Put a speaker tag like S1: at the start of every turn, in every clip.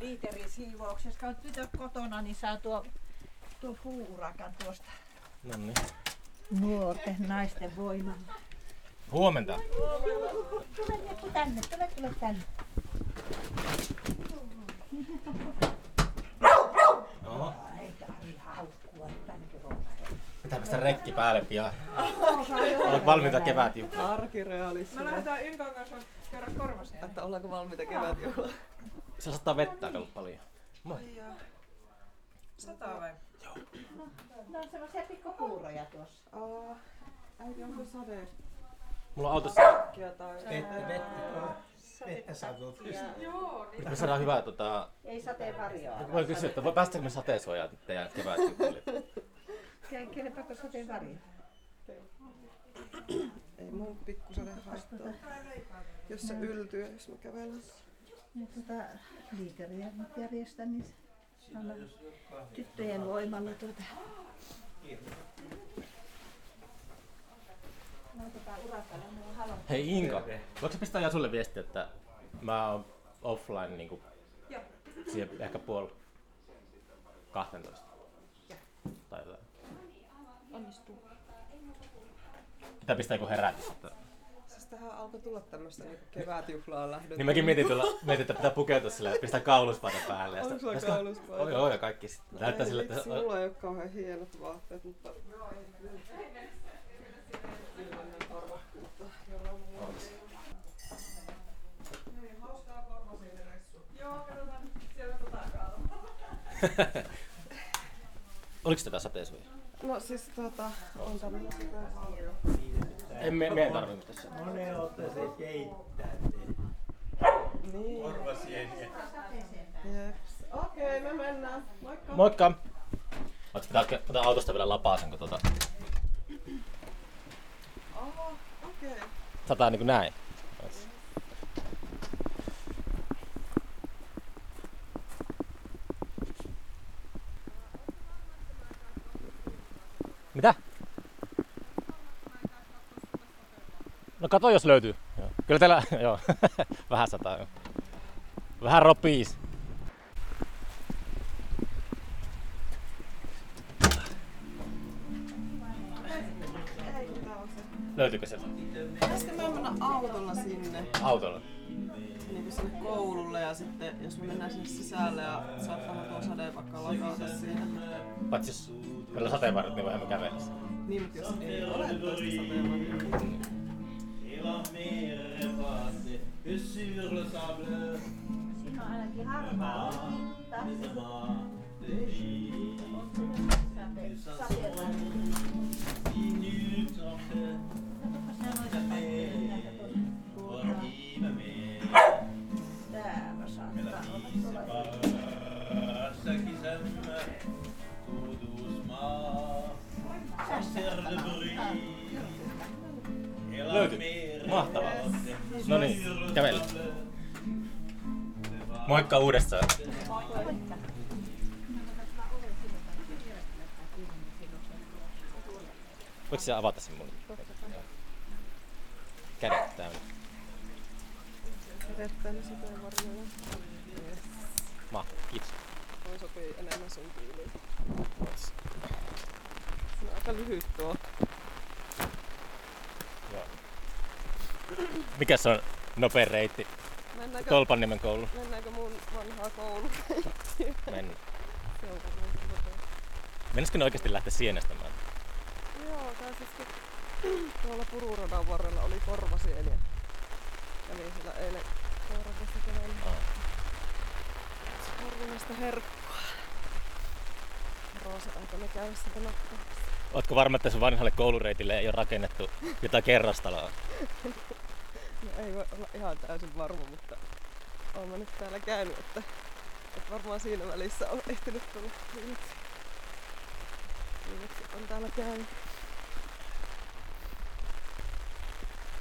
S1: liiterisiivouksessa, kun tytöt kotona, niin saa tuo, tuo puurakan tuosta
S2: No niin.
S1: nuorten naisten voimalla.
S2: Huomenta.
S1: Tule Jeppu tänne, tule, tule tänne.
S2: Oho.
S1: Ai, Kari, haukkua tänne.
S2: Pitää päästä rekki päälle pian. Olet valmiita kevätjuhlaan.
S3: Arkirealismi.
S4: Me lähdetään Inkan kanssa käydä korvasta.
S3: Että ollaanko valmiita kevätjuhlaan?
S2: Se saattaa vettä kato paljon. Moi.
S4: Sataa vai?
S1: No on semmoisia pikkupuuroja tuossa.
S3: Aa, äiti, onko sadekia
S2: Mulla on autossa,
S3: tai...
S5: Vettä, vettä, vettä satut.
S4: Joo, niin.
S2: me saadaan hyvää tota...
S1: Ei sateen varjoa.
S2: Voi kysyä, että voi päästäkö me sateensuojaan teidän kevätjuhlille?
S1: Kelpaako sateen varjoa?
S3: Ei mun pikkusade haittaa. Jos se yltyy, jos mä kävelen.
S1: Nyt tota liiteriä nyt järjestän, niin anna tyttöjen voimalla tuota. Laitetaan urakalle mun halo.
S2: Hei Inka, voiko sä pistää Jasulle viesti, että mä oon offline niinku...
S4: Joo.
S2: Siihen ehkä puoli 12. Tai jotain.
S4: Onnistuu.
S2: Pitää pistää joku herätys. Että...
S3: Siis tähän alkoi tulla tämmöstä niinku kevätjuhlaa lähdön.
S2: Niin mäkin mietin tuolla, mietin, että pitää pukeutua sillä ja pistää kauluspaita päälle. ja
S3: Onko
S2: sitä-
S3: sulla No
S2: pitäisikö-
S3: kauluspaita?
S2: Oi, oi, ja kaikki sitten. Näyttää
S3: Ei
S2: sillä, että...
S3: vitsi, Mulla ei oo kauhean hienot vaatteet, mutta...
S4: Joo, katsotaan siellä takaa.
S2: Oliko tätä sateensuoja?
S3: No siis tota, on tämmöinen
S2: En, me, meidän tarvitse tässä.
S5: Monen otteeseen keittää.
S3: Niin,
S5: Korvasieniä.
S3: jep. Okei, me mennään. Moikka!
S2: Moikka! Oletko pitää ottaa- ottaa autosta vielä lapasen, kun tuota,
S3: Oho, okei.
S2: sataa niinku näin. Mitä? No kato jos löytyy. Joo. Kyllä teillä, joo. Vähän sataa. Joo. Vähän ropiis.
S3: Tää on se.
S2: Löytyykö se
S3: Pitäisikö me mennä autolla sinne,
S2: autolla?
S3: niin kuin sinne koululle ja sitten jos me mennään sinne sisälle ja saattaa tuo sade vaikka lakata siinä.
S2: Paitsi jos meillä on sateenvarjot, niin voihan me kävellä. sen.
S3: Niin, mutta jos ei ole toista sateenvarjoa.
S1: Siinä on ainakin harmaa pinta. Sateen varjoa. Täällä saattaa olla tuolla.
S2: Löytyy. Mahtavaa. No niin, kävellä. Moikka uudestaan. Voiko sä avata sen mulle? Kädet täynnä.
S3: Herättää ne sateenvarjoja.
S2: Mahtavaa. Kiitos.
S3: Toi sopii enemmän sun tyyliin. Se on aika lyhyt tuo.
S2: Mikä se on nopein reitti?
S3: Mennäänkö,
S2: Tolpanniemen koulu.
S3: mennäänkö mun vanhaa koulu?
S2: Mennään. Mennäisikö ne oikeasti lähteä sienestämään?
S3: Joo, tai siis kun tuolla pururadan varrella oli korvasieniä. Kävin sillä eilen koirakassa kävellä.
S2: Aa.
S3: Harvinaista herkkua. Roosa aikana käydä sitä nappaamassa.
S2: Ootko varma, että sun vanhalle koulureitille ei ole rakennettu jotain kerrostaloa?
S3: No ei voi olla ihan täysin varma, mutta oon mä nyt täällä käynyt, että, että varmaan siinä välissä on ehtinyt tulla viimeksi. Viimeksi on täällä käynyt.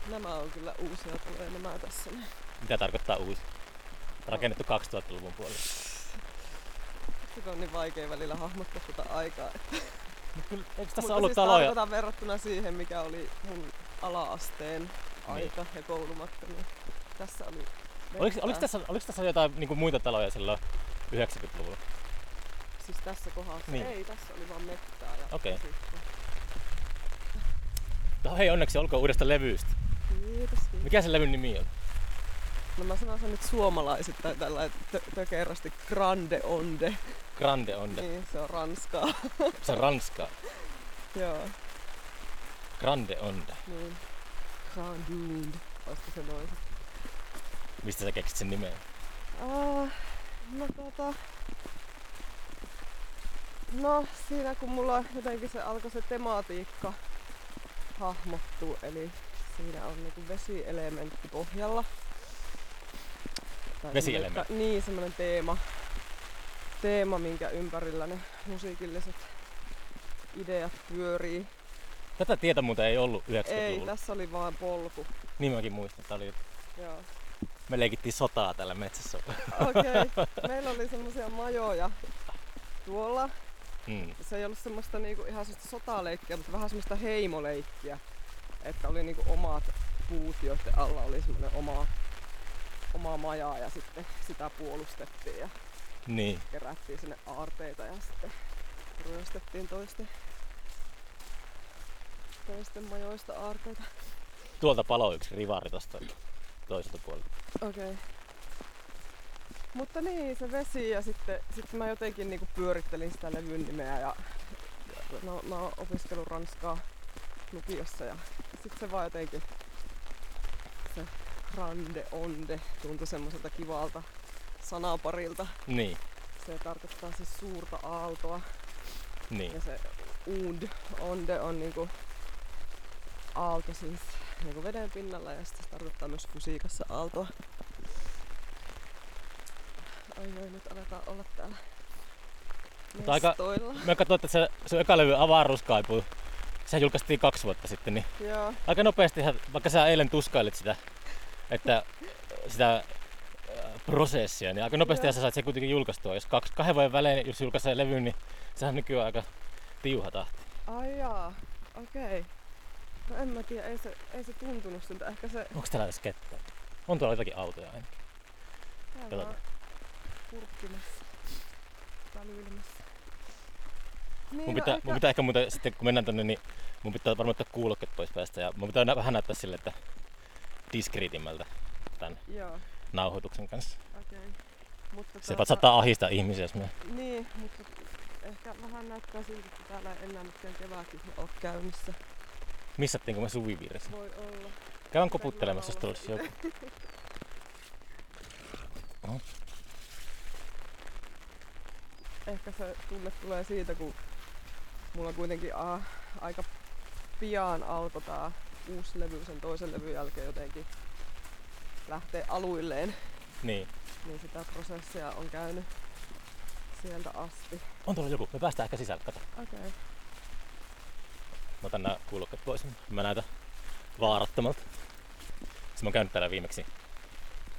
S3: Nämä on kyllä uusia tulee nämä tässä. näin.
S2: Mitä tarkoittaa uusi? Rakennettu 2000-luvun puolella.
S3: Sitä on niin vaikea välillä hahmottaa tätä aikaa. Että,
S2: Kyllä, eikö tässä
S3: mutta
S2: ollut
S3: siis
S2: taloja?
S3: tarkoitan verrattuna siihen, mikä oli mun ala-asteen aika ja koulumatka, niin tässä oli
S2: Oliko,
S3: vettä.
S2: oliko, tässä, oliko tässä jotain niin muita niinku taloja silloin 90-luvulla.
S3: Siis tässä kohdassa.
S2: Niin.
S3: Ei, tässä oli vaan mettää ja
S2: Okei.
S3: tyttöä.
S2: No hei, onneksi olkoon uudesta levystä.
S3: Kiitos, kiitos.
S2: Mikä sen levyn nimi on?
S3: No mä sanon sen nyt suomalaisittain tällä tö- tökerrasti grande onde.
S2: Grande Onde.
S3: Niin, se on ranskaa.
S2: Se on ranskaa.
S3: Joo,
S2: Grande Onde.
S3: niin. Grande onde. Olisiko se noin?
S2: Mistä sä keksit sen nimen?
S3: Ah, no tota... No siinä kun mulla jotenkin se alkoi se tematiikka hahmottua, eli siinä on niinku vesielementti pohjalla. Tai
S2: Vesielementti.
S3: semmonen- Niin, semmoinen teema, teema, minkä ympärillä ne musiikilliset ideat pyörii.
S2: Tätä tietä muuten ei ollut
S3: Ei,
S2: 90-luvulla.
S3: tässä oli vaan polku.
S2: Niin mäkin muistan. Tää oli,
S3: Joo.
S2: me leikittiin sotaa täällä metsässä.
S3: Okei, okay. meillä oli semmoisia majoja tuolla
S2: Mm.
S3: se ei ollut semmoista niinku ihan semmoista sotaleikkiä, mutta vähän semmoista heimoleikkiä. Että oli niinku omat puut, joiden alla oli semmoinen oma, oma maja ja sitten sitä puolustettiin ja
S2: Niin.
S3: kerättiin sinne aarteita ja sitten ryöstettiin toisten, toisten majoista aarteita.
S2: Tuolta palo yksi rivari tosta toiselta puolelta.
S3: Okei. Okay. Mutta niin, se vesi ja sitten, sitten mä jotenkin niinku pyörittelin sitä levyn nimeä ja ja no, mä oon opiskellut ranskaa lukiossa ja sitten se vaan jotenkin se grande onde tuntui semmoiselta kivalta sanaparilta.
S2: Niin,
S3: Se tarkoittaa siis suurta aaltoa
S2: niin.
S3: ja se und onde on niinku aalto siis niinku veden pinnalla ja sitten se tarkoittaa myös fysiikassa aaltoa. Ai oi, nyt aletaan olla täällä
S2: Mutta aika-
S3: mestoilla.
S2: Mä katsoin, että se, se eka levy avaruuskaipu, sehän julkaistiin kaksi vuotta sitten, niin
S3: Joo,
S2: aika nopeasti, vaikka sä eilen tuskailit sitä, että sitä äh, prosessia, niin aika nopeasti
S3: Joo.
S2: sä sait sen kuitenkin julkaistua. Jos kaksi, kahden vuoden välein, jos julkaisee levyn, niin sehän on nykyään aika tiuha tahti.
S3: ai jaa, okei. Okay. No en mä tiedä, ei se, ei se tuntunut siltä. Ehkä se...
S2: Onko täällä edes kettä? On tuolla jotakin autoja aina.
S3: Niin, täällä
S2: Katsotaan.
S3: on kurkkimassa. Välylmässä. Niin,
S2: Mun pitää,
S3: no,
S2: mun
S3: ehkä-
S2: pitää ehkä muuten sitten, kun mennään tonne, niin mun pitää varmaan ottaa kuulokkeet pois päästä. Ja mun pitää nä- vähän näyttää sille, että diskriitimmältä
S3: Joo,
S2: nauhoituksen kanssa.
S3: okei. Okay. Mutta
S2: Se
S3: tota-
S2: saattaa ahistaa ihmisiä, jos me...
S3: Niin, mutta ehkä vähän näyttää siltä, että täällä ei enää mitkään kevätjuhla ole käynnissä.
S2: missattiinko me suvivirressä.
S3: Voi olla.
S2: Käyn koputtelemassa, jos tulisi joku.
S3: Ehkä se tunne tulee siitä, kun mulla kuitenkin a, aika pian alkoi tää uusi levy sen toisen levyn jälkeen jotenkin lähtee aluilleen,
S2: Niin.
S3: niin sitä prosessia on käynyt sieltä asti.
S2: On tuolla joku. Me päästään ehkä sisälle. Kato.
S3: Okei. Okay.
S2: Mä otan nää kuulokkeet pois. Mä näytän vaarattomalta. Siis mä oon käynyt täällä viimeksi.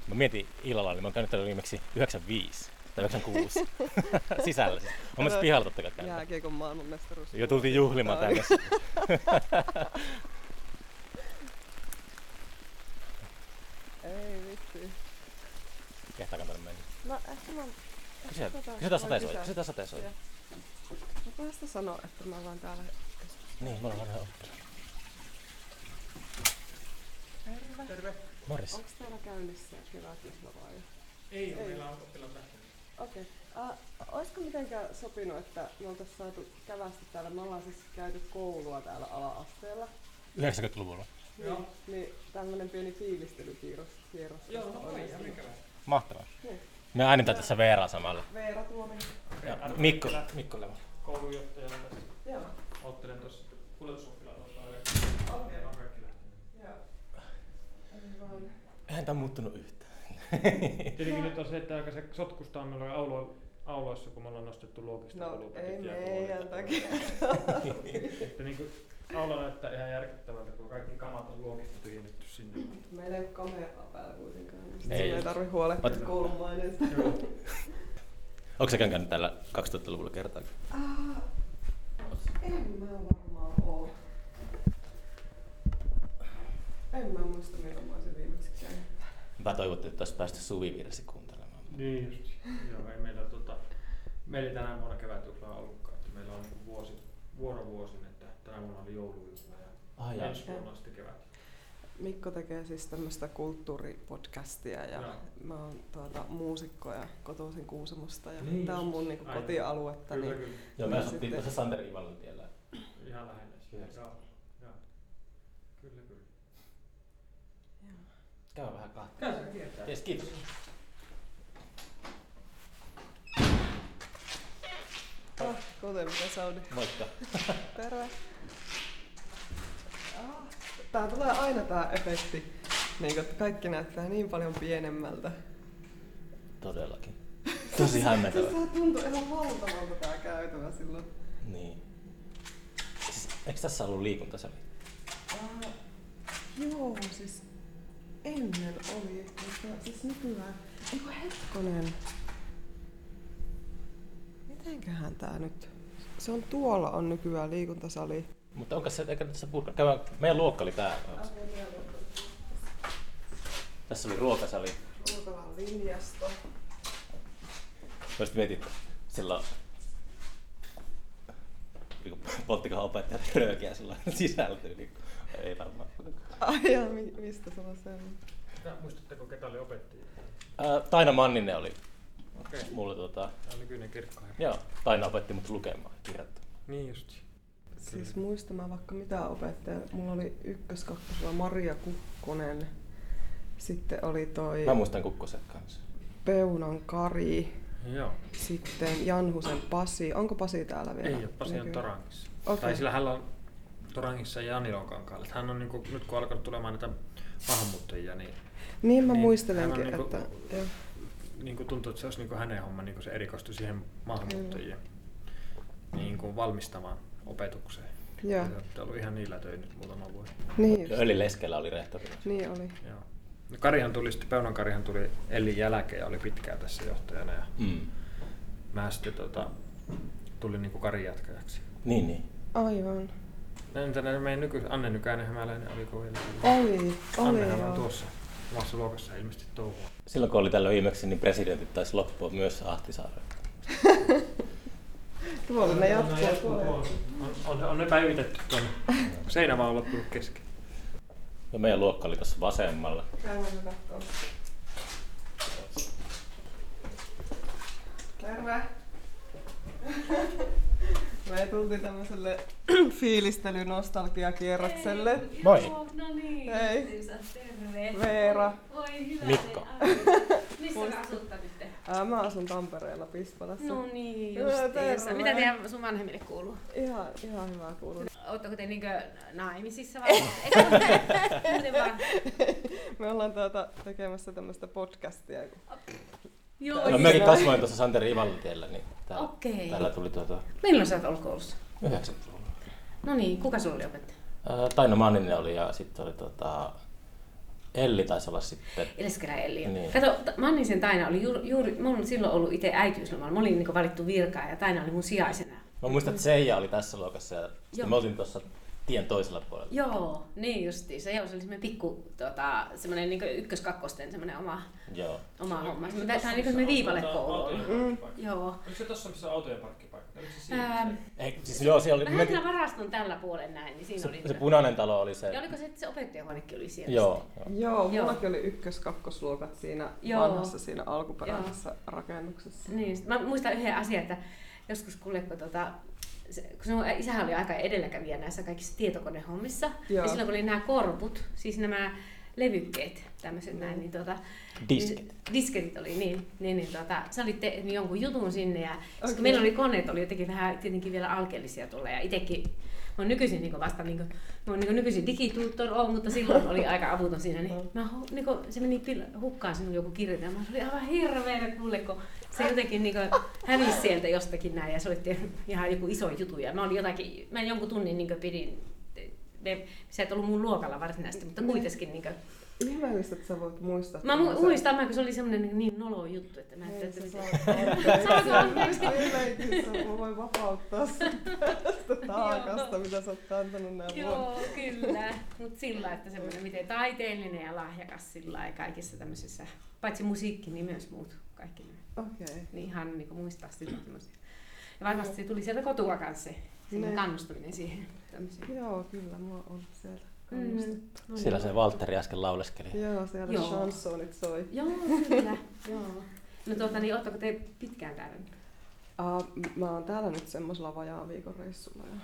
S2: Mä mietin illalla, niin mä oon käynyt täällä viimeksi 95 tai 96. sisällä siis. Mä myös pihalla totta kai käynyt.
S3: Jääkiekon maailmanmestaruus.
S2: Jo tultiin juhlimaan niin
S3: Tää oli-
S2: tänne.
S3: Ei vitsi.
S2: Kehtaakaan tänne mennä.
S3: No ehkä tota mä...
S2: Kysytään-
S3: Katsotaan,
S2: Kysytään
S3: voi
S2: sateensoja.
S3: kysyä.
S2: Kysytään sateensoja.
S3: Joo. Mä päästä sanoa, että mä vaan täällä
S2: Niin, mulla on vanha oppi.
S3: Terve.
S2: Morjes.
S3: Onko täällä käynnissä kevätjuhla vai?
S5: Ei,
S3: Ei.
S5: meillä on oppilaan
S3: Okei. Okay. Uh, olisiko mitenkään sopinut, että me oltaisiin saatu kävästi täällä? Me ollaan siis käyty koulua täällä ala-asteella.
S2: 90-luvulla.
S3: Niin,
S5: Joo.
S3: niin tämmöinen pieni tiivistelykierros. Kierros
S5: Joo,
S3: tästä
S5: no voi, ja mikä
S2: Mahtavaa.
S3: Niin.
S2: Me äänitään tässä Veeraa samalla.
S3: Veera Tuominen.
S2: Ja Mikko, Mikko Leva.
S5: Koulunjohtajana tässä
S3: Joo.
S5: ottelen tuossa kuljetusoppilaan osaa.
S3: Okei.
S5: On kaikki lähtenyt.
S3: Joo. Eli vaan-
S2: Eihän tää muuttunut yhtään. Niin.
S6: Tietenkin nyt on se, että aika se sotkustaa meillä aulo, auloissa, kun me ollaan nostettu luokista
S3: No ei
S6: kulupaketti ja
S3: meidän
S6: kuulit.
S3: takia.
S6: Että niin kuin, aulo näyttää ihan järkyttävältä, kun kaikki kamat on luokista tyhjennetty sinne.
S3: Meillä ei ole kameraa päällä kuitenkaan. niin sit
S2: Ei.
S3: Ei tarvi huolehtia
S2: Ot-
S3: koulun maineesta.
S2: Onko sä käynyt täällä 2000-luvulla kertaa?
S3: Ah, en mä varmaan oo. En mä muista milloin mä olisin viimeksi käynyt.
S2: Mä toivottiin, että olisi päästy suvivirsi kuuntelemaan.
S6: Niin just. Joo, ei meillä tota, meillä ei tänä vuonna kevätjuhlaa ollutkaan, että meillä on niin vuosi, vuorovuosin, että tänä vuonna oli joulujuhla ja
S2: Ai jaa.
S6: ensi vuonna sitten kevät.
S3: Mikko tekee siis tämmöistä kulttuuripodcastia ja
S6: Joo.
S3: mä oon tuota, muusikko ja kotoisin Kuusamosta ja
S6: Niin
S3: tää on mun niinku
S6: Aivan.
S3: kotialuetta,
S6: Kyllä,
S3: niin
S6: kyllä.
S2: Joo, me
S3: Ja
S2: asuttiin
S3: sitten-
S2: tuossa Santeri Ivalon tiellä.
S6: Ihan lähellä.
S2: Kyllä.
S6: Joo, joo. Kyllä, kyllä.
S2: Käy vähän kahta.
S6: Käy se kiertää.
S2: Jes, kiitos.
S3: ah, kuten mitä Saudi.
S2: Moikka.
S3: Terve. Ah, Tää tulee aina tää efekti, niin että kaikki näyttää niin paljon pienemmältä.
S2: Todellakin. Tosi hämmentävä.
S3: Siis tää tuntuu ihan valtavalta tää käytävä silloin.
S2: Niin. Siis, eikö tässä ollut liikuntasali?
S3: Ah, joo, siis ennen oli, mutta siis nykyään, eiku hetkonen. Mitenköhän tää nyt? Se on tuolla on nykyään liikuntasali.
S2: Mutta onko se, eikö tässä purka? Käydään, meidän luokka oli tää. Tässä oli ruokasali.
S3: Ruokalan linjasto.
S2: Mä sit mietin, että sillä niinku, polttikohan opettajat röökiä sillä sisältyy. Niin, ei varmaan.
S3: Ai jaa, mi- mistä sulla se on?
S6: Tää- Muistatteko ketä oli opettajia?
S2: Ää, Taina Manninen oli
S6: Okei. Okay.
S2: mulle tota,
S6: Tämä on nykyinen kirkkoherra.
S2: joo, Taina opetti mut lukemaan kirjoittaa.
S6: Niin just.
S3: Siis muistamaan vaikka mitä opettaja. Mulla oli ykkös, kakkosella Maria Kukkonen. Sitten oli toi
S2: Mä muistan kukkoset kanssa.
S3: Peunan Kari.
S6: Joo.
S3: Sitten Janhusen Pasi. Onko Pasi täällä vielä?
S6: Ei ole, Pasi on
S3: Näkyy.
S6: Torangissa.
S3: Okei.
S6: Tai sillä hän on Torangissa ja Janilon kankaalla. Hän on niinku, nyt kun alkanut tulemaan näitä maahanmuuttajia, niin
S3: Niin mä
S6: Niin,
S3: niin,
S6: hän
S3: muistelenkin,
S6: on niinku-
S3: että... Joo.
S6: niinku tuntuu, että se olisi niinku hänen homma, niinku se erikoistui siihen maahanmuuttajien niinku valmistavaan opetukseen.
S3: Mm. Joo.
S6: Ja Olette ollut ihan niillä töillä nyt muutama vuosi.
S3: Niin
S2: Ja
S3: just.
S2: Öli Leskellä oli rehtori.
S3: Niin oli.
S6: Joo. No Karihan tuli sitten, Peunan Karihan tuli Elin jälkeen ja oli pitkään tässä johtajana. Ja
S2: Mm.
S6: mä sitten tota, tulin niinku Karin jatkajaksi.
S2: Niin, niin.
S3: Aivan.
S6: Entä nää meidän nyky... Anne Nykäinen Hämäläinen, oliko vielä?
S3: Oli, oli
S6: Annehan on
S3: joo.
S6: tuossa omassa luokassa ilmeisesti touhua.
S2: Silloin kun oli tällä viimeksi, niin presidentit taisi loppua myös Ahtisaareen.
S3: Tuolla ne jatkuu. tuolla.
S6: On, on, on ne päivitetty tuonne. Seinä vaan on loppunut kesken.
S2: Ja meidän luokka oli tuossa vasemmalla.
S3: Käydään me kattoo. Terve! Me tultiin tämmöiselle fiilistelynostalgiakierrokselle.
S2: Moi.
S7: Joo, no niin.
S3: Hei.
S7: justiinsa, Terve.
S3: Veera.
S7: Oi hyvä.
S2: Mikko.
S7: teidän aamu. Missä sä asutta nyt?
S3: Ää, mä asun Tampereella Pispalassa.
S7: No niin,
S3: Joo,
S7: justiinsa.
S3: terve.
S7: Mitä teidän sun vanhemmille kuuluu?
S3: Ihan, ihan hyvää kuuluu.
S7: Ootteko te niinkö naimisissa vai? Eikö? Muuten vaan.
S3: Me ollaan tuota tekemässä tämmöistä podcastia.
S7: Joo,
S2: No
S7: no,
S2: mekin kasvoin tuossa Santeri Ivalontiellä, niin täällä,
S7: Okei.
S2: täällä tuli tuota
S7: Milloin sä oot ollut koulussa?
S2: 90-luvulla.
S7: No niin, kuka sulla oli opettaja?
S2: Ää, Taino Manninen oli ja sitten oli tota, Elli taisi olla sitten.
S7: Eleskelä Elli.
S2: Niin.
S7: Niin. Kato, t- Mannisen Taina oli juuri, juuri mä olin silloin ollut itse äitiyslomalla. Mä olin niin valittu virkaan ja Taina oli mun sijaisena.
S2: Mä muistan, että Seija oli tässä luokassa ja sitten
S7: Joo.
S2: me oltiin tuossa tien toisella puolella.
S7: Joo, niin justiin. Se, joo, se oli semmoinen pikku, tota, semmoinen niin ykkös-kakkosten semmoinen oma,
S2: Joo.
S7: oma homma. Se, tämä on niin kuin viipalekoulu.
S5: Mm.
S7: Joo.
S5: Oliko se tossa, missä on autojen parkkipaikka? Oliko se
S7: Ähm,
S5: siinä? se?
S2: Ei, siis joo, siellä oli,
S7: Vähän
S2: me,
S7: siellä varaston tällä puolen näin, niin siinä
S2: se,
S7: oli...
S2: se, punainen talo oli se.
S7: ja oliko se, että se opettajahuonekin oli siellä?
S2: Joo, joo.
S3: Joo,
S7: Joo.
S3: mullakin oli ykkös-kakkosluokat siinä
S7: Joo.
S3: vanhassa, siinä alkuperäisessä rakennuksessa.
S7: sitten? Niin, sit mä muistan yhden asian, että joskus kuuletko tota, se, kun sun isähän oli aika edelläkävijä näissä kaikissa tietokonehommissa,
S3: Joo.
S7: ja silloin kun oli nämä korput, siis nämä levykkeet, tämmöiset näin, niin tota,
S2: Disket.
S7: Niin, disketit oli, niin. niin, niin tota, sä olit tehnyt jonkun jutun sinne ja okay.
S3: Okei.
S7: kun meillä oli koneet, oli jotenkin vähän tietenkin vielä alkeellisia tulla ja itekin Mä oon nykyisin niin vasta, niin kuin, mä oon niin nykyisin digitutor on, mutta silloin oli aika avuton siinä. Niin mä, hu- niin kuin, se meni pil- hukkaan sinun joku kirjoitelma. Se oli aivan hirveä kuule, kun se jotenkin niin kuin, hävisi sieltä jostakin näin ja se oli tehnyt ihan joku iso jutu. Ja mä, olin jotakin, mä jonkun tunnin niin kuin, pidin, me, sä et ollut mun luokalla varsinaisesti, mutta kuitenkin niin kuin,
S3: Ihmeellistä, että sä voit muistaa.
S7: Mä mu-
S3: tämmöisen.
S7: muistan, mä, kun se oli semmoinen niin nolo juttu, että mä
S3: Ei,
S7: ajattelin,
S3: sä
S7: että miten...
S3: saat
S7: Saanko
S3: anteeksi.
S7: anteeksi?
S3: Ei, leikissä, Mä voin vapauttaa sut tästä taakasta, mitä sä oot kantanut nää vuodet.
S7: Joo, kyllä. Mutta sillä, että semmoinen miten taiteellinen ja lahjakas sillä lailla kaikissa tämmöisissä, paitsi musiikki, niin myös muut kaikki nämä.
S3: Okei. Okay.
S7: Niin ihan niin kuin muistaa silloin tämmöisiä. Ja varmasti se tuli sieltä kotoa kanssa se semmoinen
S3: Ne.
S7: kannustaminen siihen. Tämmöiseen.
S3: Joo, kyllä, mua on siellä kannustettu.
S7: Mm.
S2: Sillä se Valtteri äsken lauleskeli.
S3: Joo, siellä
S7: Joo.
S3: Joo. chansonit soi.
S7: Joo, kyllä. Joo. No tuota, niin ootteko te pitkään täällä? nyt?
S3: Uh, mä oon täällä nyt semmoisella vajaan viikon reissulla. Ja...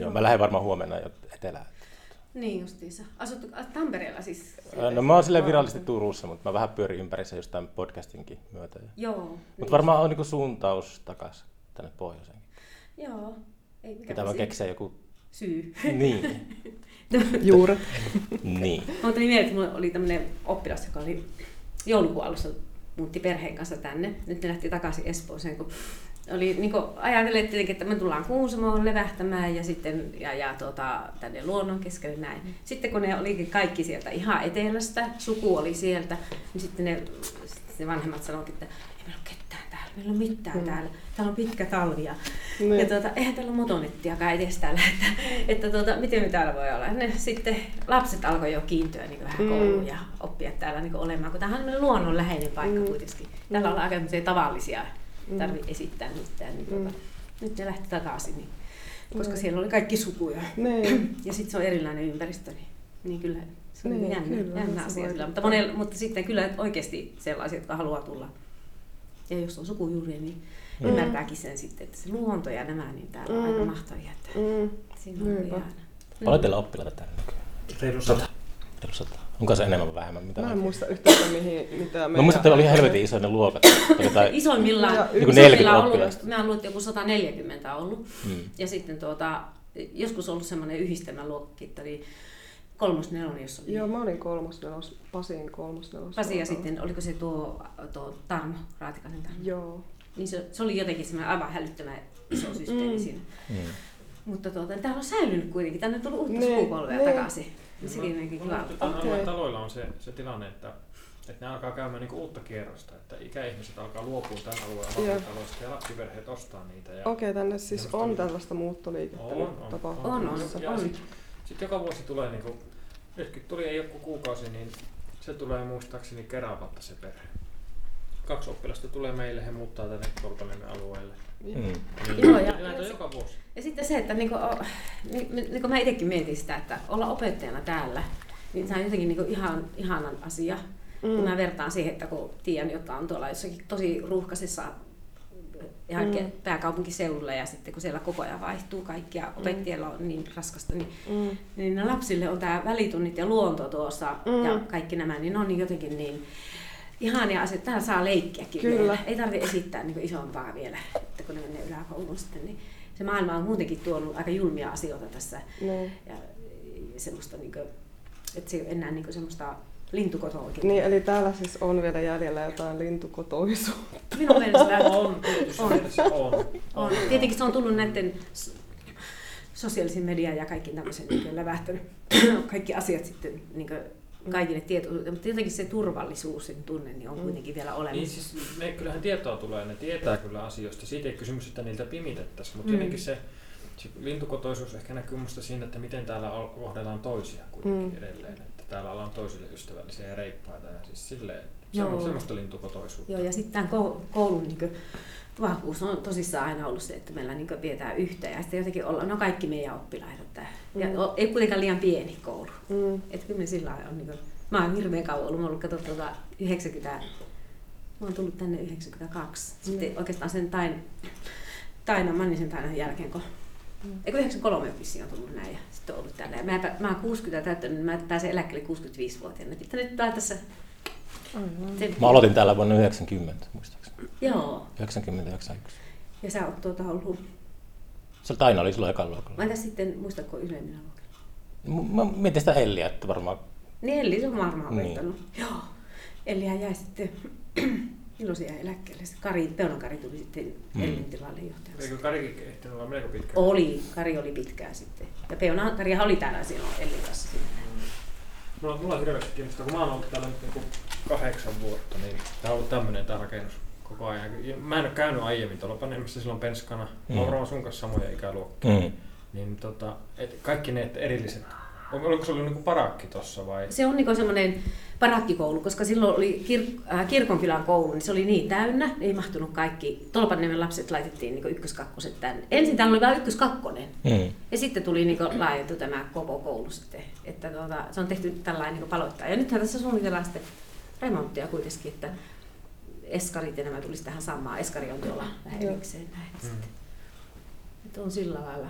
S2: Joo, mä lähden varmaan huomenna jo etelään.
S7: Niin justiinsa. Asuttu a, Tampereella siis?
S2: Ää, No mä oon silleen virallisesti Turussa, mutta mä vähän pyörin ympärissä just tämän podcastinkin myötä.
S7: Niin. Joo.
S2: Mutta varmaan on niinku suuntaus takas tänne pohjoiseen.
S7: Joo. Ei, mikä
S2: Pitää vaan
S7: siinä-
S2: keksiä joku...
S7: Syy.
S2: Niin.
S3: Juuret.
S2: niin.
S7: Mutta niin mieleen, että mulla oli tämmöinen oppilas, joka oli joulukuun alussa muutti perheen kanssa tänne. Nyt ne lähti takaisin Espooseen, kun oli niin ajatelleet tietenkin, että me tullaan Kuusamoon levähtämään ja sitten ja, ja tuota, tänne luonnon keskelle näin. Sitten kun ne olikin kaikki sieltä ihan etelästä, suku oli sieltä, niin sitten ne, sitten ne vanhemmat sanoivat, että ei meillä ole ketään täällä, meillä ei ole mitään mm. täällä, täällä on pitkä talvi ja ja
S3: Niin.
S7: tuota, eihän täällä ole motonettiakaan edes täällä, että, että tuota, miten me täällä voi olla. Ne, sitten lapset alkoi jo kiintyä niin vähän
S3: Mm.
S7: kouluun ja oppia täällä niin olemaan, kun tämähän on tämmöinen luonnonläheinen paikka
S3: Mm.
S7: kuitenkin. Täällä ollaan aika tämmöisiä tavallisia, ei
S3: Mm.
S7: tarvitse esittää mitään. Niin tuota,
S3: Mm.
S7: Nyt ne lähti takaisin, niin, koska
S3: Niin.
S7: siellä oli kaikki sukuja.
S3: Niin.
S7: Ja sitten se on erilainen ympäristö, niin, niin kyllä se on
S3: Niin,
S7: niin, jännä,
S3: kyllä,
S7: jännä
S3: se
S7: asia. Kyllä.
S3: vaikuttaa.
S7: Mutta, monella, mutta sitten kyllä oikeasti sellaisia, jotka haluaa tulla. Ja jos on sukujuuri, niin
S2: Mm.
S7: mm. ymmärtääkin sen sitten, että se luonto ja nämä, niin täällä on aika
S3: Mm.
S7: mahtavia. Että
S3: Mm.
S7: siinä on
S3: Niinpä.
S7: ihana.
S2: Paljon teillä oppilaita täällä nykyään?
S6: Reilu sata.
S2: Reilu sata. Onko se enemmän vai vähemmän? Mitä
S3: Mä en
S2: oikein?
S3: muista yhtään mihin, mitä
S2: Mä muistan, että teillä oli ihan helvetin isoja ne luokat. Oli jotain-
S7: Isoimmillaan,
S3: Ja
S2: Joku 40
S7: isoimmillaan on ollut,
S2: oppilasta.
S7: mä oon luullut, että joku 140 on ollut.
S2: Mm.
S7: Ja sitten tuota, joskus on ollut semmoinen yhdistelmäluokkitta, eli kolmos nelonen, jos oli.
S3: Joo, mä olin kolmosnelos, Pasin kolmosnelos.
S7: Pasi ja sitten, oliko se tuo, tuo Tarmo, Raatikaisen Tarmo?
S3: Joo.
S7: Niin se, se oli jotenkin semmoinen aivan hälyttömän iso systeemi
S3: Mm.
S7: siinä.
S2: Mm.
S7: Mutta tuota, täällä on säilynyt kuitenkin, tänne on tullut uutta
S3: Niin,
S7: sukupolvea
S3: niin.
S7: takaisin. Sekin on jotenkin kiva.
S3: Okei.
S6: Okay. taloilla on se, se tilanne, että, että ne alkaa käymään niinku uutta kierrosta, että ikäihmiset alkaa luopua tämän alueen
S3: Joo.
S6: avataloista ja lapsiperheet ostaa niitä. Ja,
S3: Okei, tänne siis
S6: Semmosta
S3: on
S6: oli-
S3: tällaista muuttoliikettä
S6: On,
S3: nyt
S6: on,
S3: tapahtumassa.
S7: On, on,
S6: Ja
S7: on.
S6: sit- Sitten joka vuosi tulee, niinku, nytkin tuli ei joku kuukausi, niin se tulee muistaakseni Keravatta se perhe. Kaksi oppilasta tulee meille, he muuttaa tänne Korpelemmen alueelle.
S2: Mm.
S7: Joo, ja-
S6: näitä on joka vuosi.
S7: Ja sitten se, että niinku, o- ni- ni- niinku mä itsekin mietin sitä, että olla opettajana täällä, niin se on jotenkin niinku ihan, ihanan asia. Mm. Kun mä vertaan siihen, että kun tiedän, joka on tuolla jossakin tosi ruuhkaisessa ihan
S3: Mm.
S7: mm. pääkaupunkiseudulla ja sitten kun siellä koko ajan vaihtuu kaikki ja opettajilla on niin raskasta, niin,
S3: Mm.
S7: niin ne lapsille on tämä välitunnit ja luonto tuossa
S3: Mm.
S7: mm. ja kaikki nämä, niin ne on niin jotenkin niin ihania asioita. Täällä saa leikkiäkin
S3: Kyllä.
S7: vielä. Ei tarvitse esittää niin isompaa vielä, että kun ne menee yläkouluun sitten, niin se maailma on muutenkin tuonut aika julmia asioita tässä
S3: Niin.
S7: ja semmoista, niin kuin, että se ei ole enää niin semmoista lintukotoa oikein.
S3: niin, eli täällä siis on vielä jäljellä jotain lintukotoisuutta.
S7: Minun mielestä
S6: On, tietysti
S7: On.
S6: mielessä on.
S7: on.
S6: Oh.
S7: Tietenkin se on tullut näiden s- sosiaalisen median ja kaikki tämmöisen niin lävähtänyt kaikki asiat sitten niin kuin kaikille tietoisuuteen, mutta jotenkin se turvallisuus, sen tunne, niin on kuitenkin vielä
S6: Niin
S7: olemassa.
S6: siis ne, kyllähän tietoa tulee, ne tietää kyllä asioista. Siitä ei kysymys, että niiltä pimitettäisiin, mutta
S7: Mm.
S6: jotenkin se, se lintukotoisuus ehkä näkyy musta siinä, että miten täällä al- kohdellaan toisia kuitenkin
S3: Mm.
S6: edelleen. Että täällä ollaan toisille ystävällisiä ja reippaita ja siis silleen
S7: Joo.
S6: semmo- semmoista lintukotoisuutta.
S7: Joo, ja sitten tämän kou- koulun niin kuin, vahvuus on tosissaan aina ollut se, että meillä niin kuin, pidetään yhtä ja sitten jotenkin ollaan, no kaikki meidän oppilaita. Että,
S3: Mm.
S7: ja o- ei kuitenkaan liian pieni koulu.
S3: Mm.
S7: Että kyllä me sillä lailla on, niin kuin, mä oon hirveän kauan ollut, mä oon ollut kato, tuota, 90, mä oon tullut tänne 92. Sitten
S3: Mm.
S7: oikeastaan sen tain, Taina, Mannisen Tainan jälkeen, kun
S3: Mm.
S7: Eikö 93 vissiin on tullut näin ja sitten on ollut täällä. Ja mä, mä oon 60 täyttänyt, niin mä pääsen eläkkeelle 65-vuotiaana. Pitää nyt tää tässä.
S3: Aivan.
S7: Se,
S2: Mä aloitin täällä vuonna 90, muistaakseni.
S7: Joo.
S2: 90-91.
S7: Ja sä oot tuota ollut.
S2: Se Taina oli silloin ekalla
S7: Mä
S2: luokalla.
S7: entäs sitten, muistatko ylemmillä luokilla?
S2: M- Mä mietin sitä Elliä, että varmaan
S7: Niin Elli, se on varmaan
S2: Niin.
S7: opettanut. Joo. Ellihän jäi sitten, milloin se jäi eläkkeelle? Se Kari, Peulan Kari tuli sitten
S2: Mm.
S7: Ellin tilalle johtajaksi.
S6: Eikö Karikin ehtinyt olla melko pitkä?
S7: Oli, Kari oli pitkään sitten. Ja Peuna Karihan oli täällä silloin Ellin kanssa. siinä.
S6: Mm. Mulla, mulla on hirveästi kiinnostaa, kun mä oon ollut täällä nyt niinku kahdeksan vuotta, niin tää on ollut tämmönen tää rakennus koko ajan. Ja Mä en oo käynyt aiemmin tuolla panemassa silloin penskana. Mä oon
S2: Mm.
S6: varmaan sun kanssa samoja ikäluokkia.
S2: mm.
S6: Niin tota, et kaikki ne et erilliset Oliko se ollut niinku parakki tossa vai?
S7: Se on niin semmoinen parakkikoulu, koska silloin oli kir- äh, kirkonkylän koulu, niin se oli niin täynnä, ei mahtunut kaikki. Tolpanniemen lapset laitettiin niin ykköskakkoset tänne. Ensin täällä oli vain ykköskakkonen,
S2: Mm.
S7: ja sitten tuli niin laajentu tämä koko koulu sitten. Että tuota, se on tehty tällainen niin paloittain. Ja nythän tässä suunnitellaan sitten remonttia kuitenkin, että eskarit ja nämä tulisi tähän samaan. Eskari on tuolla vähän
S3: Joo.
S7: erikseen näin
S6: Mm.
S7: sitten. Että on sillä lailla.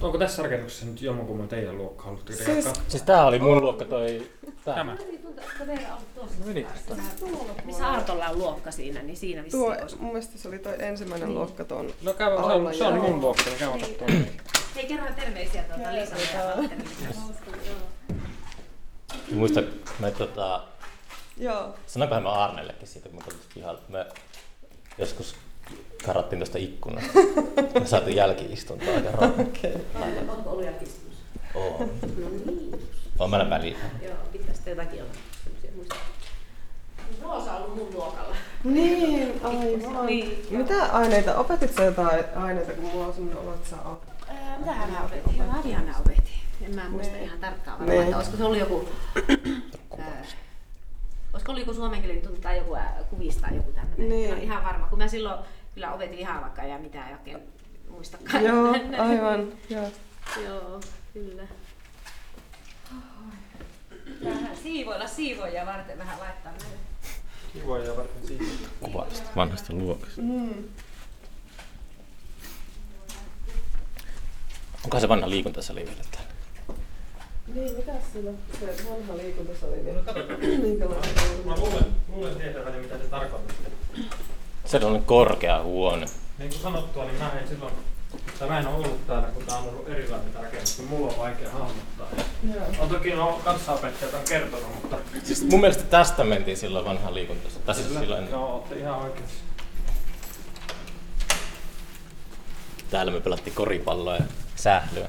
S6: Onko tässä rakennuksessa nyt jommankumman teidän luokka ollut?
S3: Siis-
S6: Siis...
S2: Siis tää oli mun luokka toi... Tää.
S6: Tämä. No niin.
S2: Meni
S7: Missä Artolla on luokka siinä, niin siinä vissiin
S3: Tuo,
S7: olisi.
S3: mun mielestä se oli toi ensimmäinen
S7: Niin.
S3: luokka ton.
S6: No käy, se on, se on mun luokka, niin käy ota tuonne.
S7: Hei, kerro terveisiä tuolta Liisalle ja Valtterille.
S2: Muista, me tota,
S3: Joo,
S2: sanoinkohan mä Arnellekin siitä, kun me tultiin pihalle. Me joskus karattiin tuosta ikkunasta. Me saatiin jälkiistuntoa aika rankkaa.
S7: Onko ollut jakistus?
S2: Oon.
S7: No niin.
S2: Oon mä väliin.
S7: Joo, pitäisi sitten jotakin olla. semmoisia muistoja. Roosa on ollut mun luokalla.
S3: Niin, aivan.
S7: Niin.
S3: Mitä aineita? Opetit sä jotain aineita, kun mulla on sellainen olo, että sä oot?
S7: Ää, Mitähän mä opetin? Varjaa mä opetin. En mä muista
S3: Niin.
S7: ihan tarkkaan
S3: Niin.
S7: varmaan, että olisiko se ollut joku... ää, Olisiko ollut joku suomen kielen tunti tai joku ää, kuvista tai joku tämmöinen.
S3: Niin.
S7: En ole ihan varma, kun mä silloin kyllä opetin ihan vaikka ja mitään ei oikein muistakaan.
S3: Joo, aivan. Joo.
S7: Joo, kyllä. Vähän siivoilla siivoja varten vähän laittaa näin.
S6: Kivoja varten siinä.
S2: Kuva tästä vanhasta luokasta.
S3: Mm.
S2: Onkohan se vanha liikuntasali vielä täällä?
S3: Niin, mitä sillä se vanha liikuntasali vielä? Minkälainen se on?
S6: Mä luulen, luulen tietäväni, mitä se tarkoittaa.
S2: Se on korkea huone.
S6: Niin kuin sanottua, niin mä en silloin, tai mä en ole ollut täällä, kun tää on ollut erilainen rakennus, niin mulla on vaikea hahmottaa.
S3: Joo.
S6: On toki no, kanssaopettajat on kertonut, mutta
S2: Siis mun mielestä tästä mentiin silloin vanhaan liikuntasali. Tai siis silloin,
S6: joo, olette ihan oikeassa.
S2: täällä me pelattiin koripalloa ja sählyä.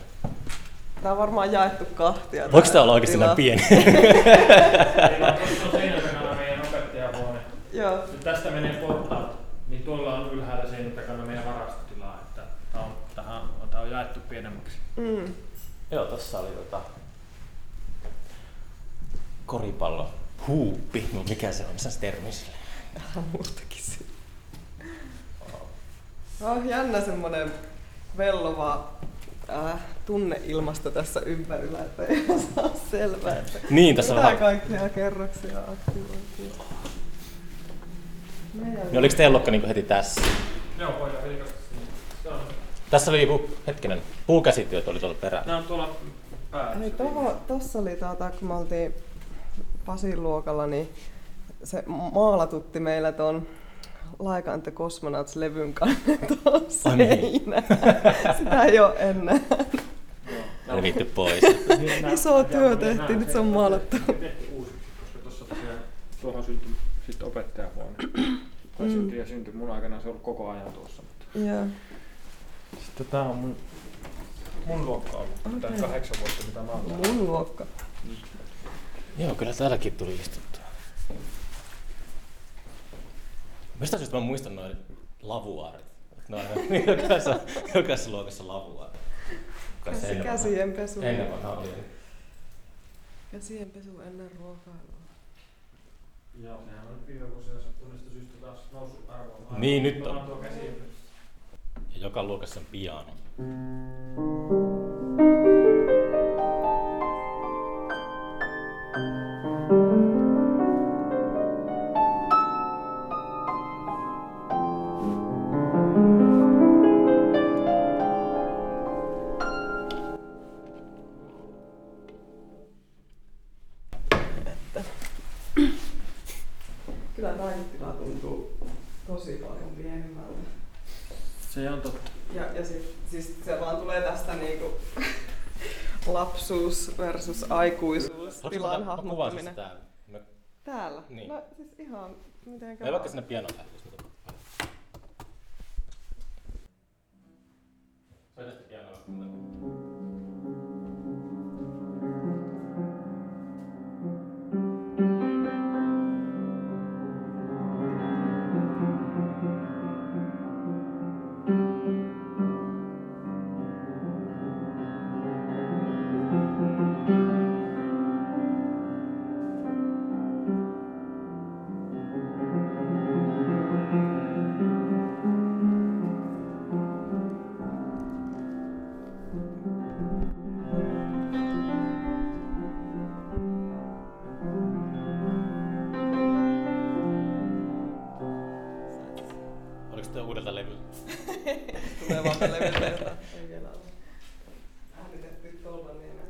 S3: Tää on varmaan jaettu kahtia.
S2: Voiko tää olla oikeasti
S3: tila.
S2: näin pieni?
S6: Meillä on tuossa seinän takana meidän opettajahuone.
S3: Joo.
S6: Nyt tästä menee portaat, niin tuolla on ylhäällä seinän takana meidän varastotila, että tää on, tähän, tää on jaettu pienemmäksi.
S3: Mm.
S2: Joo, tossa oli tota... Koripallo. Huuppi. No mikä se on? Missä se termi sille?
S3: Vähän muutakin se. Oh, jännä semmonen vellova äh, tunneilmasto tässä ympärillä, että ei saa selvää. Että
S2: Niin, tässä on
S3: mitä
S2: vähän...
S3: kaikkia kerroksia aktivoituu. Meidän-
S2: Niin oliko teidän luokka niinku heti tässä?
S6: Joo, voidaan vilkaista sinne. Se on-
S2: Tässä oli joku, hetkinen, puukäsityöt oli tuolla
S3: No.
S2: perällä.
S6: Nää on tuolla päässä.
S3: Hei, toho, Niin, tossa oli tuota, kun me oltiin Pasin luokalla, niin se maalatutti meillä ton Like and the Cosmonauts-levyn kannen tuohon
S2: Ai niin.
S3: seinään. Sitä ei ole enää.
S6: Joo.
S3: No.
S2: Revitty pois.
S6: Niin, nää-
S3: Iso
S6: nää-
S3: työ
S6: nää-
S3: tehtiin,
S6: nää-
S3: nyt se on maalattu.
S6: Tehty uusiksi, koska tuossa tosiaan tuohon syntyi sitten opettajahuone.
S3: Mm.
S6: Tai syntyi ja syntyi mun aikana, se on ollut koko ajan tuossa. Mutta.
S3: Joo.
S6: Sitten tää on mun, mun luokka ollut, tää
S3: Okei.
S6: kahdeksan vuotta mitä mä oon täällä.
S3: Mun luokka.
S2: Joo, kyllä täälläkin tuli istuttua. Mistä syystä mä muistan noin lavuaarit? Että Ne on aina niin, jokaisessa, jokaisessa luokassa lavuaarit. Kai se
S3: Käsi,
S2: ennen vanhaa-
S3: käsienpesu.
S2: Ennen vanhaa oli.
S3: Käsienpesu ennen ruokailua.
S6: Joo, nehän on viime vuosina sattuneesta syystä taas noussut arvoon.
S2: Niin, nyt on.
S6: Tuo tuo käsi-
S2: Ja joka luokassa on piano.
S3: Kyllä taidetila tuntuu tosi paljon pienemmältä.
S6: Se on totta.
S3: Ja, ja sit, siis se vaan tulee tästä niinku lapsuus versus aikuisuus
S2: Haluatko
S3: tilan
S2: mä- mä kuvaan siis sen
S3: hahmottaminen.
S2: täällä? Mä-
S3: Täällä?
S2: Niin.
S3: No siis ihan mitenkä
S2: Ei vaikka
S3: vaan.
S2: sinne pianoon lähde, jos niitä
S3: Joo.
S2: sitten uudelta levyltä.
S3: Tulee vaan tälle vielä vertaa. Ei vielä ole äänitetty
S6: niin,
S3: Tollaniemen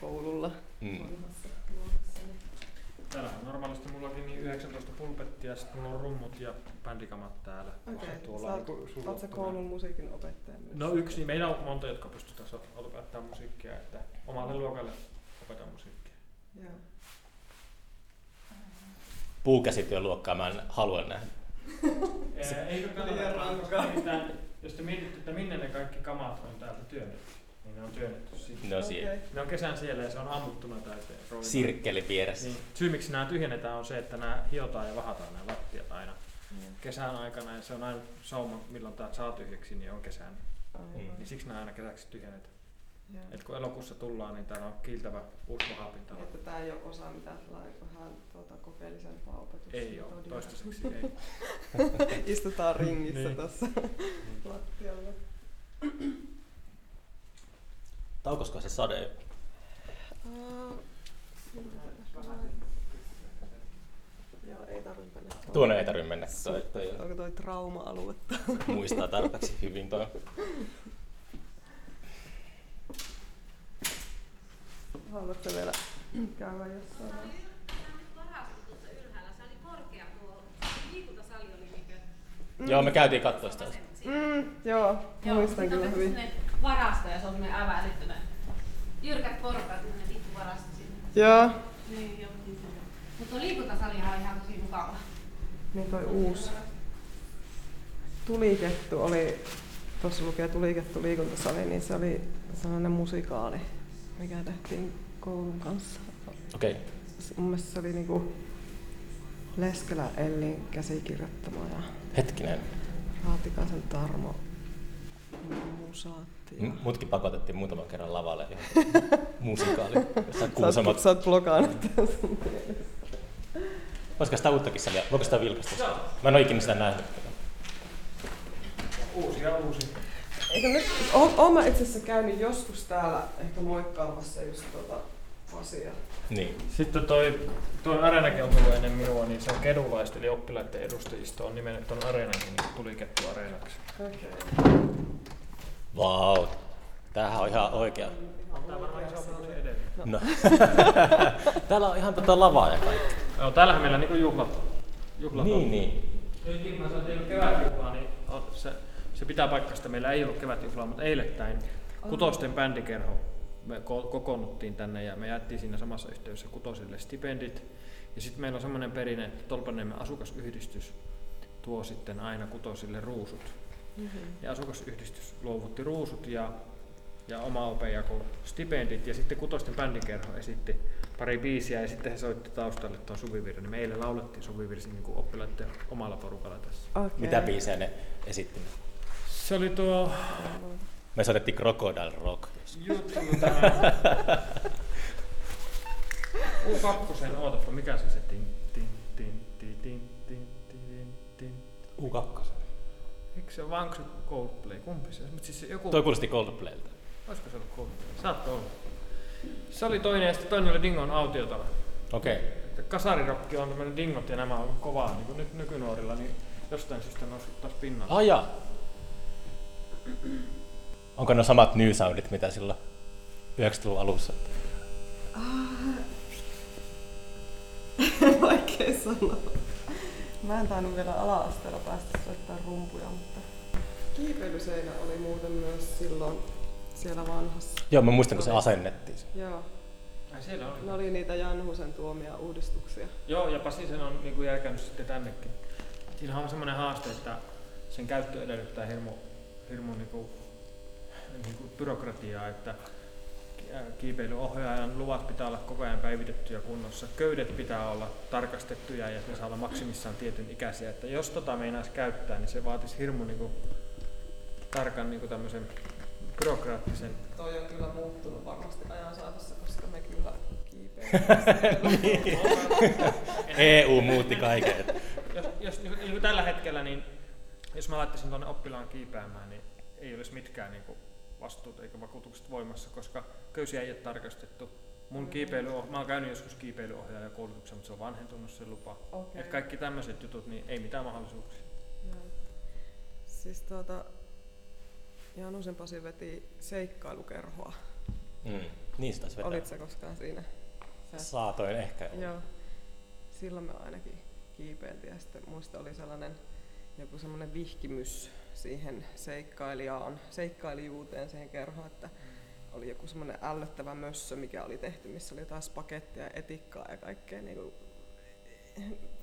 S3: koululla
S2: Mm.
S3: vanhassa luokassa. niin
S6: Täällä on normaalisti mullakin niin 19 pulpettia, sitten mulla on rummut ja bändikamat täällä.
S3: Okei,
S6: Osa
S3: sä
S6: on niinku
S3: oot- oot sä
S6: suljettuna.
S3: koulun musiikin opettaja myös?
S6: No yksi, niin meillä on monta, jotka pystytään so- opettaa musiikkia, että omalle luokalle opetan musiikkia.
S3: Joo.
S2: Puukäsityöluokkaa mä en halua nähdä.
S6: Ää, Eikö
S3: Liian
S6: kannata mitään, jos te mietitte, että minne ne kaikki kamat on täältä työnnetty, niin ne on työnnetty sinne.
S2: Ne on siellä.
S3: Okei.
S6: Ne on kesän siellä ja se on ammuttuna täyteen. Roolitaan.
S2: Sirkkelin vieressä.
S6: Niin. Syy miksi nämä tyhjennetään on se, että nämä hiotaan ja vahataan nämä lattiat aina kesän aikana ja se on aina sauma, milloin tämä saa tyhjäksi, niin on kesän.
S3: Aivan.
S6: Niin siksi nämä aina kesäksi tyhjennetään.
S2: Mm.
S3: Joo.
S6: Et kun elokuussa tullaan, niin täällä on kiiltävä uusi vahapinta.
S3: Että tämä ei ole osa mitään sellainen vähän tuota, kokeellisempaa opetusta.
S6: Ei ole,
S3: metodia.
S6: toistaiseksi ei.
S3: Istutaan ringissä
S6: Niin.
S3: tuossa lattialla.
S2: Taukosko se sade jo?
S3: Aa, Joo, ei tarvitse mennä. tuonne.
S2: Tuonne ei tarvitse mennä. Toi, toi
S3: Onko toi trauma-aluetta?
S2: muistaa tarpeeksi hyvin toi.
S3: Haluatko vielä käydä jossain?
S2: Joo, me käytiin katsoa sitä.
S3: Mm, joo, muistan kyllä hyvin.
S7: varasto ja se on semmoinen ävärittynä. Jyrkät porkat, semmoinen vittu varasto sinne.
S3: Joo,
S7: Niin, johonkin sinne. Mutta tuo liikuntasalihan on ihan tosi mukava.
S3: niin toi uusi. Tulikettu oli, tuossa lukee Tulikettu liikuntasali, niin se oli sellainen musikaali, mikä tehtiin koulun kanssa.
S2: Okei. Okay.
S3: Se- Mun mielestä se oli niinku Leskelä Ellin käsikirjoittama ja
S2: Hetkinen.
S3: Raatikaisen Tarmo musaatti.
S2: M-
S3: ja-
S2: Mutkin pakotettiin muutaman kerran lavalle jo. musikaali. Jossain
S3: Sä oot,
S2: Kuusamot.
S3: sä oot blokannut tämän sun
S2: Voisiko sitä uuttakin salia? Voiko sitä vilkaista? Mä en ole ikinä sitä nähnyt.
S6: Uusi ja uusi.
S3: Eikö nyt, oon, oon mä itse asiassa käynyt joskus täällä ehkä moikkaamassa just tota Fasia.
S2: Niin.
S6: Sitten toi, toi Areenakin on tullut ennen minua, niin se on kedulaiset, eli oppilaiden edustajisto on nimennyt ton Areenankin, niin tuli kettu Areenaksi.
S3: Okei.
S2: Vau. Wow. Tämähän on ihan oikea.
S6: Tää varmaan iso kuin edellinen.
S2: No. Täällä on ihan tota lavaa ja kaikki.
S6: Joo, täällähän meillä niinku juhlat. juhlat
S2: Niin,
S6: on.
S2: niin.
S6: Nytkin mä sanoin, että ei ollut kevätjuhlaa, niin on, se, se pitää paikkansa. Meillä ei ollut kevätjuhlaa, mutta eilettäin Kutosten bändikerho me ko- kokoonnuttiin tänne ja me jättiin siinä samassa yhteydessä Kutosille stipendit. Ja sitten meillä on semmoinen perinne, että Tolpaniemen asukasyhdistys tuo sitten aina Kutosille ruusut. Ja asukasyhdistys luovutti ruusut ja, ja oma ope jakoi stipendit. Ja sitten Kutosten bändikerho esitti pari biisiä ja sitten he soitti taustalle tuon suvivirren. Niin meille laulettiin suvivirsi niin kuin oppilaiden omalla porukalla tässä.
S3: Okay.
S2: Mitä biisejä ne esitti?
S6: Se oli tuo
S2: Me soitettiin Crocodile Rock.
S6: YouTube tämä. U2, ootapa, mikä se se tin, tin, tin, tin, tin, tin, tin, tin.
S2: U2.
S6: Eikö se ole, vai onko se Coldplay? Kumpi se? Mutta siis se joku...
S2: Toi kuulosti Coldplaylta.
S6: Olisiko se ollut Coldplay? Saattoi olla. Se oli toinen ja sitten toinen oli Dingon autiotalo.
S2: Okei. Okay.
S6: Että Kasarirokki on tämmöinen dingot ja nämä on kovaa niin kuin nyt nykynuorilla, niin jostain syystä noussut taas pinnalle.
S2: Aja. Onko ne samat New Soundit, mitä silloin 90-luvun alussa?
S3: Vaikea sanoa. Mä en tainnut vielä ala-asteella päästä soittaa rumpuja, mutta kiipeilyseinä oli muuten myös silloin siellä vanhassa.
S2: Joo, mä muistan, kun se asennettiin.
S3: Joo,
S6: Ai siellä oli.
S3: ne oli niitä Janhusen tuomia uudistuksia.
S6: Joo, ja Pasi sen on niin kuin jälkännyt sitten tännekin. Siinähän on semmoinen haaste, että sen käyttö edellyttää hirmu, hirmu niin kuin, niin kuin byrokratiaa, että kiipeilyohjaajan luvat pitää olla koko ajan päivitettyjä kunnossa, köydet pitää olla tarkastettuja ja ne saa olla maksimissaan tietyn ikäisiä. Että jos tota meinaisi käyttää, niin se vaatisi hirmu niin kuin, tarkan niin kuin tämmöisen byrokraattisen
S3: Toi on kyllä muuttunut varmasti ajan saatossa, koska me kyllä kiipeilemme.
S2: EU E muutti kaiken.
S6: jos, jos niin kuin, niin kuin tällä hetkellä, niin jos mä laittaisin tuonne oppilaan kiipeämään, niin ei olisi mitkään niin kuin vastuut eikä vakuutukset voimassa, koska köysiä ei ole tarkastettu. Mun kiipeily, mä oon käynyt joskus kiipeilyohjaajan koulutuksen, mutta se on vanhentunut se lupa.
S3: Okei.
S6: Et kaikki tämmöiset jutut, niin ei mitään mahdollisuuksia.
S3: Joo. Siis tuota, Janusen Pasi veti seikkailukerhoa.
S2: Mm. Niin se taisi vetää.
S3: Olit sä koskaan siinä? Sä?
S2: Saatoin ehkä. olla.
S3: Joo. Silloin me ainakin kiipeiltiin ja sitten muista oli sellainen joku semmoinen vihkimys siihen seikkailijaan, seikkailijuuteen siihen kerhoon, että oli joku semmoinen ällöttävä mössö, mikä oli tehty, missä oli taas pakettia ja etikkaa ja kaikkea, niin kuin,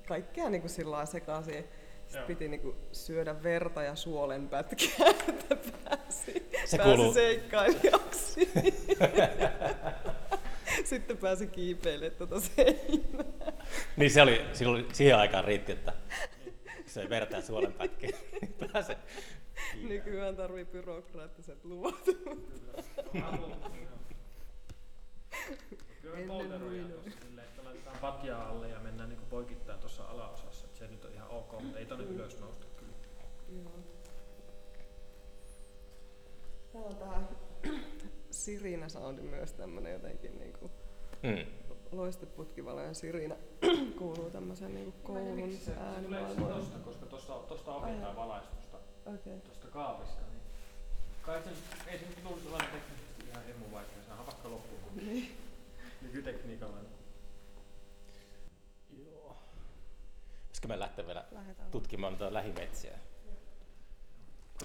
S3: kaikkea niin kuin sillä lailla sekaisin. Sitten
S5: Joo.
S3: piti niin kuin syödä verta ja suolen pätkää, että pääsi,
S2: Se
S3: pääsi
S2: kuuluu-
S3: seikkailijaksi. Sitten pääsi kiipeilemään tuota seinää.
S2: Niin se oli, silloin, siihen aikaan riitti, että se vertaa suolen Niin pätkiä. Pääse.
S3: Nykyään tarvii byrokraattiset luvat.
S6: Kyllä niin
S3: Ennen
S6: polteroja
S3: muinoin.
S6: tuossa silleen, että laitetaan patjaa alle ja mennään niinku poikittain tuossa alaosassa. että Se nyt on ihan ok, mutta ei tonne ylös nousta kyllä.
S3: Täällä on tähän sirinä soundi myös tämmönen jotenkin niinku
S2: Mm.
S3: loisteputkivalojen sirinä kuuluu tämmöisen niinku koulun
S6: Miksi se, se tulee se
S3: äänimaailmaan.
S6: tosta, koska tosta, tosta on jotain valaistusta,
S3: Okei.
S6: tosta kaavista, niin kai se, nyt- ei se nyt luulisi olevan teknisesti ihan emu vaikea, saadaan vaikka loppuun. kun- Nykytekniikalla. niin-
S2: Joo. Pitäisikö me lähteä vielä
S3: Lähdetään.
S2: tutkimaan tuota lähimetsiä?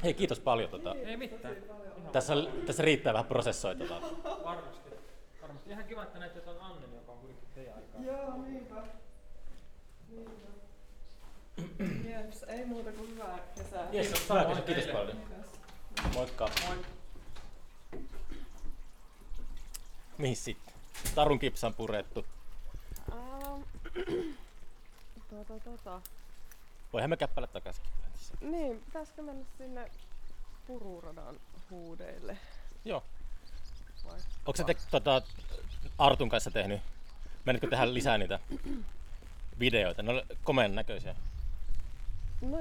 S2: Hei, kiitos paljon. Tuota.
S6: Ei mitään. Ihan
S2: Tässä, tässä riittää vähän tota. prosessoitavaa.
S6: varmasti. Varmasti. Ihan kiva, että näette tuon Annen, joka on kuitenkin teidän aikaa.
S3: Joo, niinpä. Niinpä. Jeps, ei muuta kuin hyvää kesää.
S2: Jes,
S6: Kiitos,
S2: hyvä
S6: samoin
S2: kysy, kiitos
S6: teille.
S2: paljon. Moikka.
S6: Moi.
S2: Mihin sitten? Tarun kipsan purettu.
S3: Ähm, Tota, tota.
S2: Voihan me käppäillä takaisin.
S3: Niin, pitäisikö mennä sinne pururadan huudeille?
S2: Joo.
S3: Vai?
S2: Onko sä te, tota, Artun kanssa tehnyt? Menitkö tähän lisää niitä videoita? Ne oli komean näköisiä.
S3: No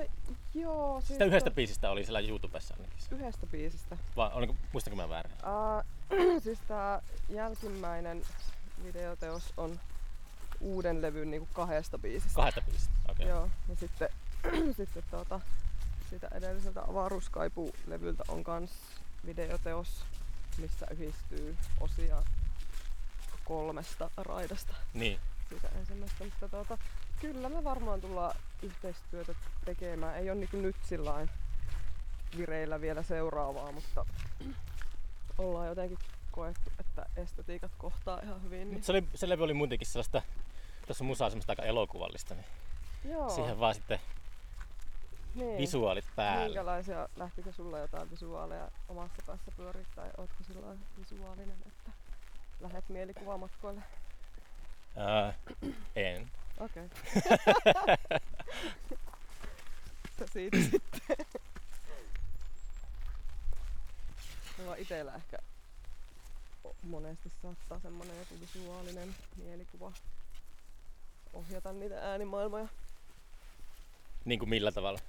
S3: joo, siis
S2: Sitä yhdestä
S3: to-
S2: biisistä oli siellä YouTubessa ainakin.
S3: yhdestä biisistä.
S2: Vai oliko, muistanko mä väärin?
S3: Uh, siis tää jälkimmäinen videoteos on uuden levyn niinku kahdesta biisistä.
S2: Kahdesta biisistä, okei. Okay.
S3: Joo, ja sitten, sitten tuota, sitä edelliseltä avaruuskaipu-levyltä on kans videoteos, missä yhdistyy osia kolmesta raidasta
S2: Niin.
S3: siitä ensimmäistä, mutta tuota, kyllä me varmaan tullaan yhteistyötä tekemään. Ei ole niin nyt sillain vireillä vielä seuraavaa, mutta ollaan jotenkin koettu, että estetiikat kohtaa ihan hyvin. Niin
S2: Mut Se, oli, se levy oli muutenkin sellaista, tuossa musaa on semmoista aika elokuvallista, niin
S3: Joo,
S2: siihen vaan sitten
S3: niin.
S2: visuaalit päälle.
S3: Minkälaisia, lähtikö sulla jotain visuaaleja omassa päässä pyörittää tai ootko sillä visuaalinen, että lähet mielikuvamatkoille?
S2: Ää, en.
S3: Okei. Okay. Se siitä sitten. Mulla itellä ehkä o- monesti saattaa semmonen joku visuaalinen mielikuva ohjata niitä äänimaailmoja.
S2: Niin kuin millä tavalla.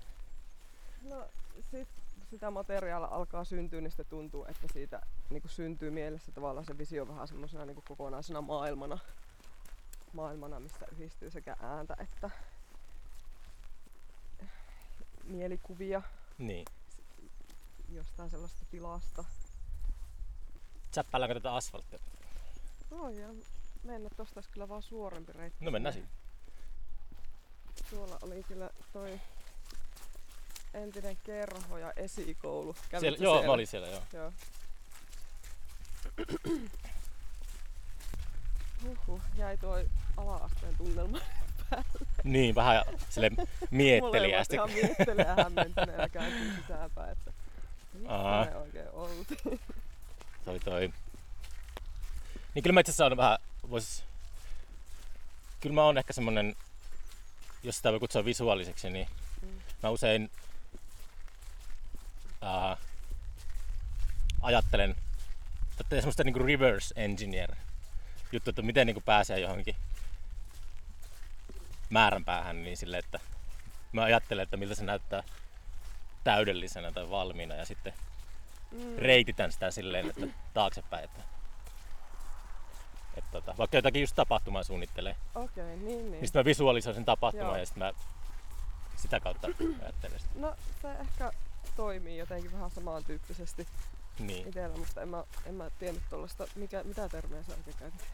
S3: No sit sitä materiaalia alkaa syntyä, niin sitten tuntuu, että siitä niin kuin syntyy mielessä tavallaan se visio vähän semmoisena niin kokonaisena maailmana. Maailmana, missä yhdistyy sekä ääntä että mielikuvia
S2: Niin.
S3: jostain sellaista tilasta.
S2: Säppäilläänkö tätä asfalttia?
S3: No ja mennä tosta olisi kyllä vaan suorempi reitti.
S2: No mennään sitten.
S3: Tuolla oli kyllä toi entinen kerho ja esikoulu. Kävitkö
S2: Siellä, joo, mä olin siellä, joo.
S3: Joo. Huhhuh, jäi tuo ala-asteen tunnelma.
S2: Niin, vähän sille mietteliästi.
S3: Molemmat ihan mietteli ja hämmentyneenä käytiin sisäänpäin, että
S2: Aa.
S3: missä me oikein oltiin.
S2: Se oli toi. Niin kyllä mä itse asiassa on vähän, vois... Kyllä mä oon ehkä semmonen, jos sitä voi kutsua visuaaliseksi, niin
S3: Mm.
S2: mä usein ää, ajattelen, että teen semmoista niinku reverse engineer juttu, että miten niinku pääsee johonkin määränpäähän niin sille, että mä ajattelen, että miltä se näyttää täydellisenä tai valmiina ja sitten
S3: Mm.
S2: reititän sitä silleen, että taaksepäin. Että, että, tota, vaikka jotakin just tapahtumaa suunnittelee, niin,
S3: Okei, okay, niin niin.
S2: niin sitten mä visualisoin sen tapahtuman
S3: Joo.
S2: ja sitten mä sitä kautta ajattelen sitä.
S3: No se ehkä toimii jotenkin vähän samantyyppisesti
S2: Niin.
S3: itsellä, mutta en mä, en mä tiennyt tuollaista, mikä, mitä termiä sä oikein käytit.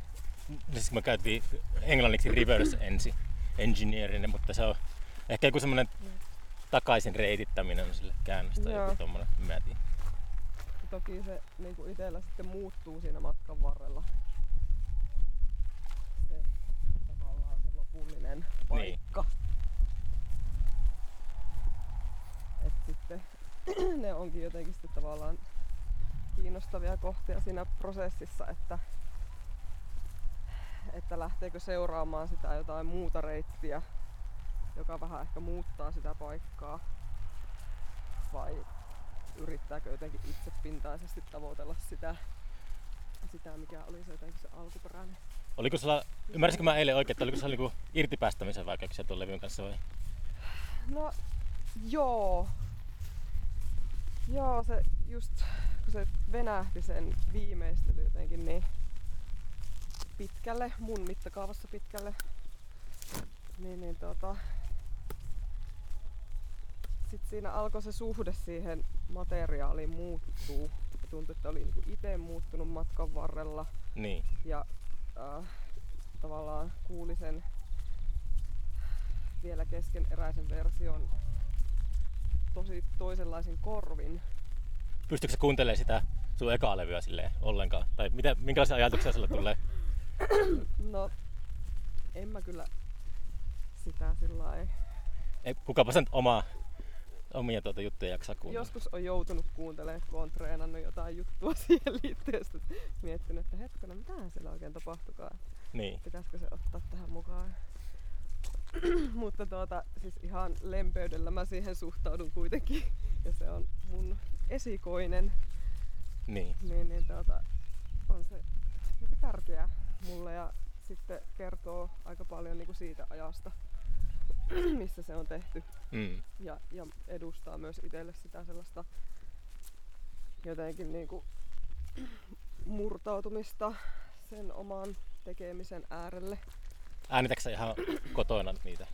S2: Siis me käytiin englanniksi reverse ensi engineerinä, mutta se on ehkä joku semmoinen takaisin reitittäminen on sille käännös tai
S3: Joo.
S2: joku tommonen, en mä tiedä.
S3: Ja Toki se niinku itsellä sitten muuttuu siinä matkan varrella. Se tavallaan se lopullinen paikka. Et sitten ne onkin jotenkin sitten tavallaan kiinnostavia kohtia siinä prosessissa, että, että lähteekö seuraamaan sitä jotain muuta reittiä, joka vähän ehkä muuttaa sitä paikkaa, vai yrittääkö jotenkin itsepintaisesti tavoitella sitä, sitä mikä oli se jotenkin se alkuperäinen.
S2: Oliko sulla, ymmärsinkö mä eilen oikein, että oliko sulla niinku irtipäästämisen vaikeuksia tuon levyn kanssa vai?
S3: No, joo. Joo, se just kun se venähti sen viimeistely jotenkin niin pitkälle, mun mittakaavassa pitkälle, niin, niin tota, sitten siinä alkoi se suhde siihen materiaaliin muuttuu. Tuntui, että oli niinku itse muuttunut matkan varrella
S2: Niin.
S3: ja äh, tavallaan kuuli sen vielä keskeneräisen version tosi toisenlaisen korvin.
S2: Pystyykö sä kuuntelemaan sitä sun ekaa levyä silleen ollenkaan? Tai mitä, minkälaisia ajatuksia sulle tulee?
S3: No, en mä kyllä sitä sillä lailla- Eh,
S2: Ei, kukapa sen omaa, omia tuota juttuja jaksaa kuunnella.
S3: Joskus on joutunut kuuntelemaan, kun on treenannut jotain juttua siihen liittyen. sit Miettinyt, että hetkinen, mitähän siellä oikein tapahtukaa.
S2: Niin.
S3: pitäisikö se ottaa tähän mukaan. Mutta tuota, siis ihan lempeydellä mä siihen suhtaudun kuitenkin. Ja se on mun esikoinen,
S2: Niin.
S3: niin, niin tuota, on se niinku tärkeä mulle ja sitten kertoo aika paljon niinku siitä ajasta, missä se on tehty
S2: Mm.
S3: ja, ja edustaa myös itselle sitä sellaista jotenkin niin kuin murtautumista sen oman tekemisen äärelle.
S2: Äänitätkö sä ihan kotona niitä?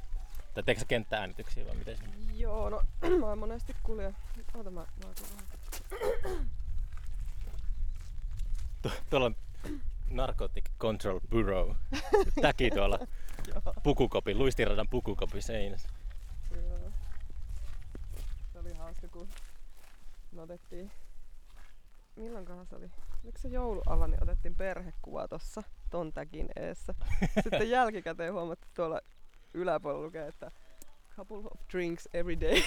S2: Tai teetkö sä kenttääänityksiä vai miten? se-
S3: Joo, no mä oon monesti kulje... Oota mä, mä otan vähän.
S2: Tu- Tuolla on Narcotic Control Bureau. Täki tuolla
S3: Joo,
S2: pukukopi, luistiradan pukukopi seinässä.
S3: joo. Se oli hauska, kun me otettiin... Milloinkohan se oli? Oliko se joulualla, niin otettiin perhekuva tossa ton täkin eessä. Sitten jälkikäteen huomattiin että tuolla yläpuolella lukee, että couple of drinks every day.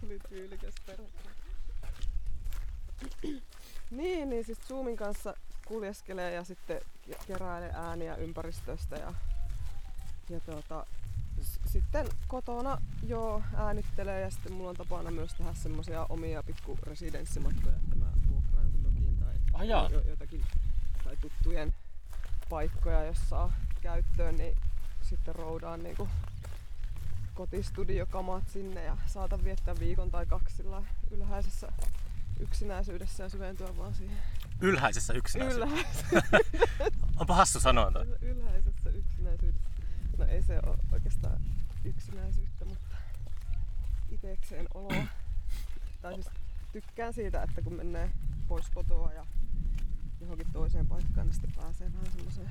S3: Tuli tyylikäs perhekuva. Niin, niin siis Zoomin kanssa kuljeskelee ja sitten ke- keräilee ääniä ympäristöstä ja, ja tuota, s- sitten kotona jo äänittelee ja sitten mulla on tapana myös tehdä semmoisia omia pikku residenssimatkoja, että mä vuokraan jonkun mökin tai
S2: Ah, jaa.
S3: jo, jotakin tai tuttujen paikkoja, jos saa käyttöön, niin sitten roudaan niinku kotistudiokamat sinne ja saatan viettää viikon tai kaksi sillä ylhäisessä yksinäisyydessä ja syventyä vaan siihen
S2: Ylhäisessä yksinäisyydessä.
S3: ylhäisessä,
S2: Onpa hassu sanoa toi.
S3: ylhäisessä yksinäisyydessä. No ei se ole oikeastaan yksinäisyyttä, mutta itekseen oloa. Tai siis tykkään siitä, että kun menee pois kotoa ja johonkin toiseen paikkaan, niin sitten pääsee vähän semmoiseen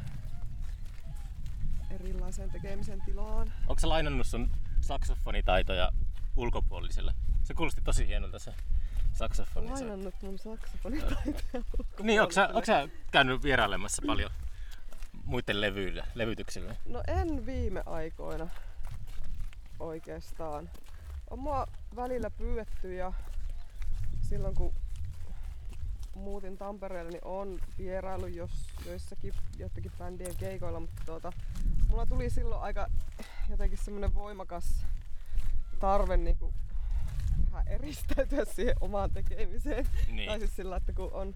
S3: erilaiseen tekemisen tilaan.
S2: Onko sä lainannut sun saksofonitaitoja ulkopuolisille? Se kuulosti tosi hienolta se saksofoni. Se-
S3: Lainannut mun saksofonitaiteen
S2: Niin, onko sä, onko sä käynyt vierailemassa paljon muiden levyillä, levytyksillä?
S3: No en viime aikoina oikeastaan. On mua välillä pyydetty ja silloin kun muutin Tampereelle, niin on vierailu jos, joissakin joidenkin bändien keikoilla, mutta tuota, mulla tuli silloin aika jotenkin semmoinen voimakas tarve niin kuin vähän eristäytyä siihen omaan tekemiseen. Tai
S2: Niin.
S3: siis sillä, että kun on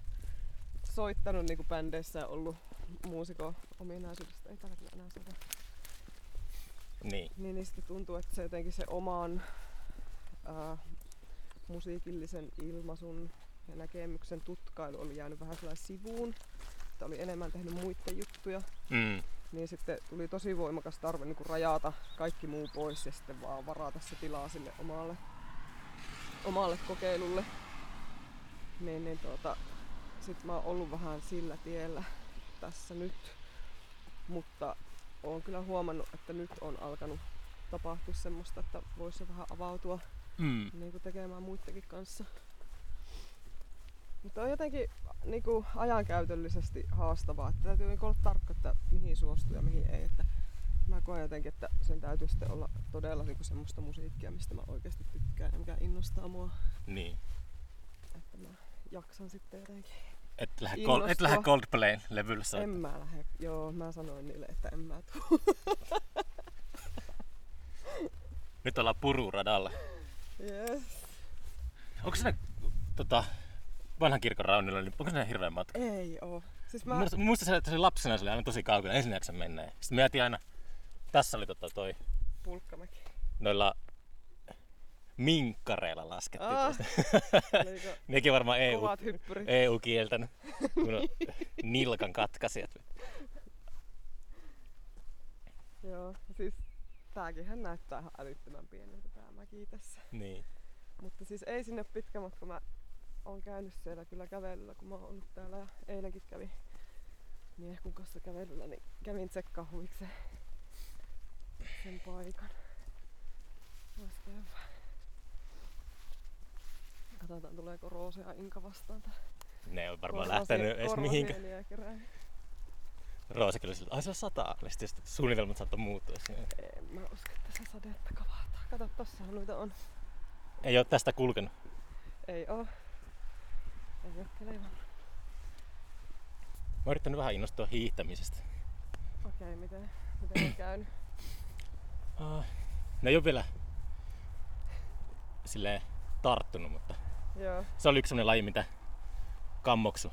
S3: soittanut niin bändeissä ja ollut muusikon ominaisuudesta, ei tällä kyllä enää saada,
S2: niin.
S3: niin, niin sitten tuntuu, että se jotenkin se oman ää, musiikillisen ilmaisun ja näkemyksen tutkailu oli jäänyt vähän sellainen sivuun, että oli enemmän tehnyt muiden juttuja,
S2: Mm.
S3: niin sitten tuli niinku tosi voimakas tarve niin rajata kaikki muu pois ja sitten vaan varata se tilaa sille omalle omalle kokeilulle, niin, niin tuota, sit mä oon ollut vähän sillä tiellä tässä nyt. Mutta oon kyllä huomannut, että nyt on alkanut tapahtua semmoista, että voisi vähän avautua
S2: Mm.
S3: niin kuin tekemään muidenkin kanssa. Mutta on jotenkin niin kuin ajankäytöllisesti haastavaa, että täytyy niin olla tarkka, että mihin suostuu ja mihin ei. Että mä koen jotenkin, että sen täytyy sitten olla todella niin kuin semmoista musiikkia, mistä mä oikeasti tykkään ja mikä innostaa mua.
S2: Niin.
S3: Että mä jaksan sitten jotenkin.
S2: Et lähde, Gold,
S3: Innostua.
S2: et lähde Coldplayn levylle
S3: en
S2: soittaa.
S3: mä lähde. Joo, mä sanoin niille, että en mä tuu.
S2: Nyt ollaan pururadalla.
S3: Yes.
S2: Onko se tota, vanhan kirkon raunilla, niin onko se hirveän matka?
S3: Ei oo. Siis
S2: Mä...
S3: mä,
S2: Muista se, että se lapsena se oli aina tosi kaukana, ensin jaksa mennä. Ja Sitten me jäätiin aina, tässä oli tota toi,
S3: pulkkamäki.
S2: noilla minkkareilla laskettiin.
S3: Ah,
S2: Ah.
S3: oliko
S2: Nekin varmaan E EU,
S3: Niinku, kovat hyppyrit.
S2: EU kieltänyt, kun on nilkan katkaisijat.
S3: Joo, siis tääkin näyttää ihan älyttömän pieneltä tää mäki tässä.
S2: Niin.
S3: Mutta siis ei sinne ole pitkä matka. Mä oon käynyt siellä kyllä kävelyllä, kun mä oon ollut täällä ja eilenkin kävin miehkun kanssa kävelyllä, niin kävin tsekkaa huvikseen sen paikan. Vois käydä. Katsotaan tuleeko Roosea Inka vastaan tää.
S2: Ne on varmaan
S3: Korvasie-
S2: lähtenyt edes mihinkään.
S3: korvasieniä kerää.
S2: Roosa kyllä siltä, ai se on sataa. Ja Sitten just suunnitelmat saattoi muuttua siinä.
S3: En mä usko, että se sadetta kavahtaa. Kato, tossahan noita on.
S2: Ei ole tästä kulkenut.
S3: Ei oo. Ei oo kelevä.
S2: Mä oon yrittänyt vähän innostua hiihtämisestä.
S3: Okei, miten, miten on käynyt?
S2: Ah, ne ei ole vielä silleen tarttunut, mutta
S3: Joo.
S2: se oli yksi sellainen laji, mitä kammoksu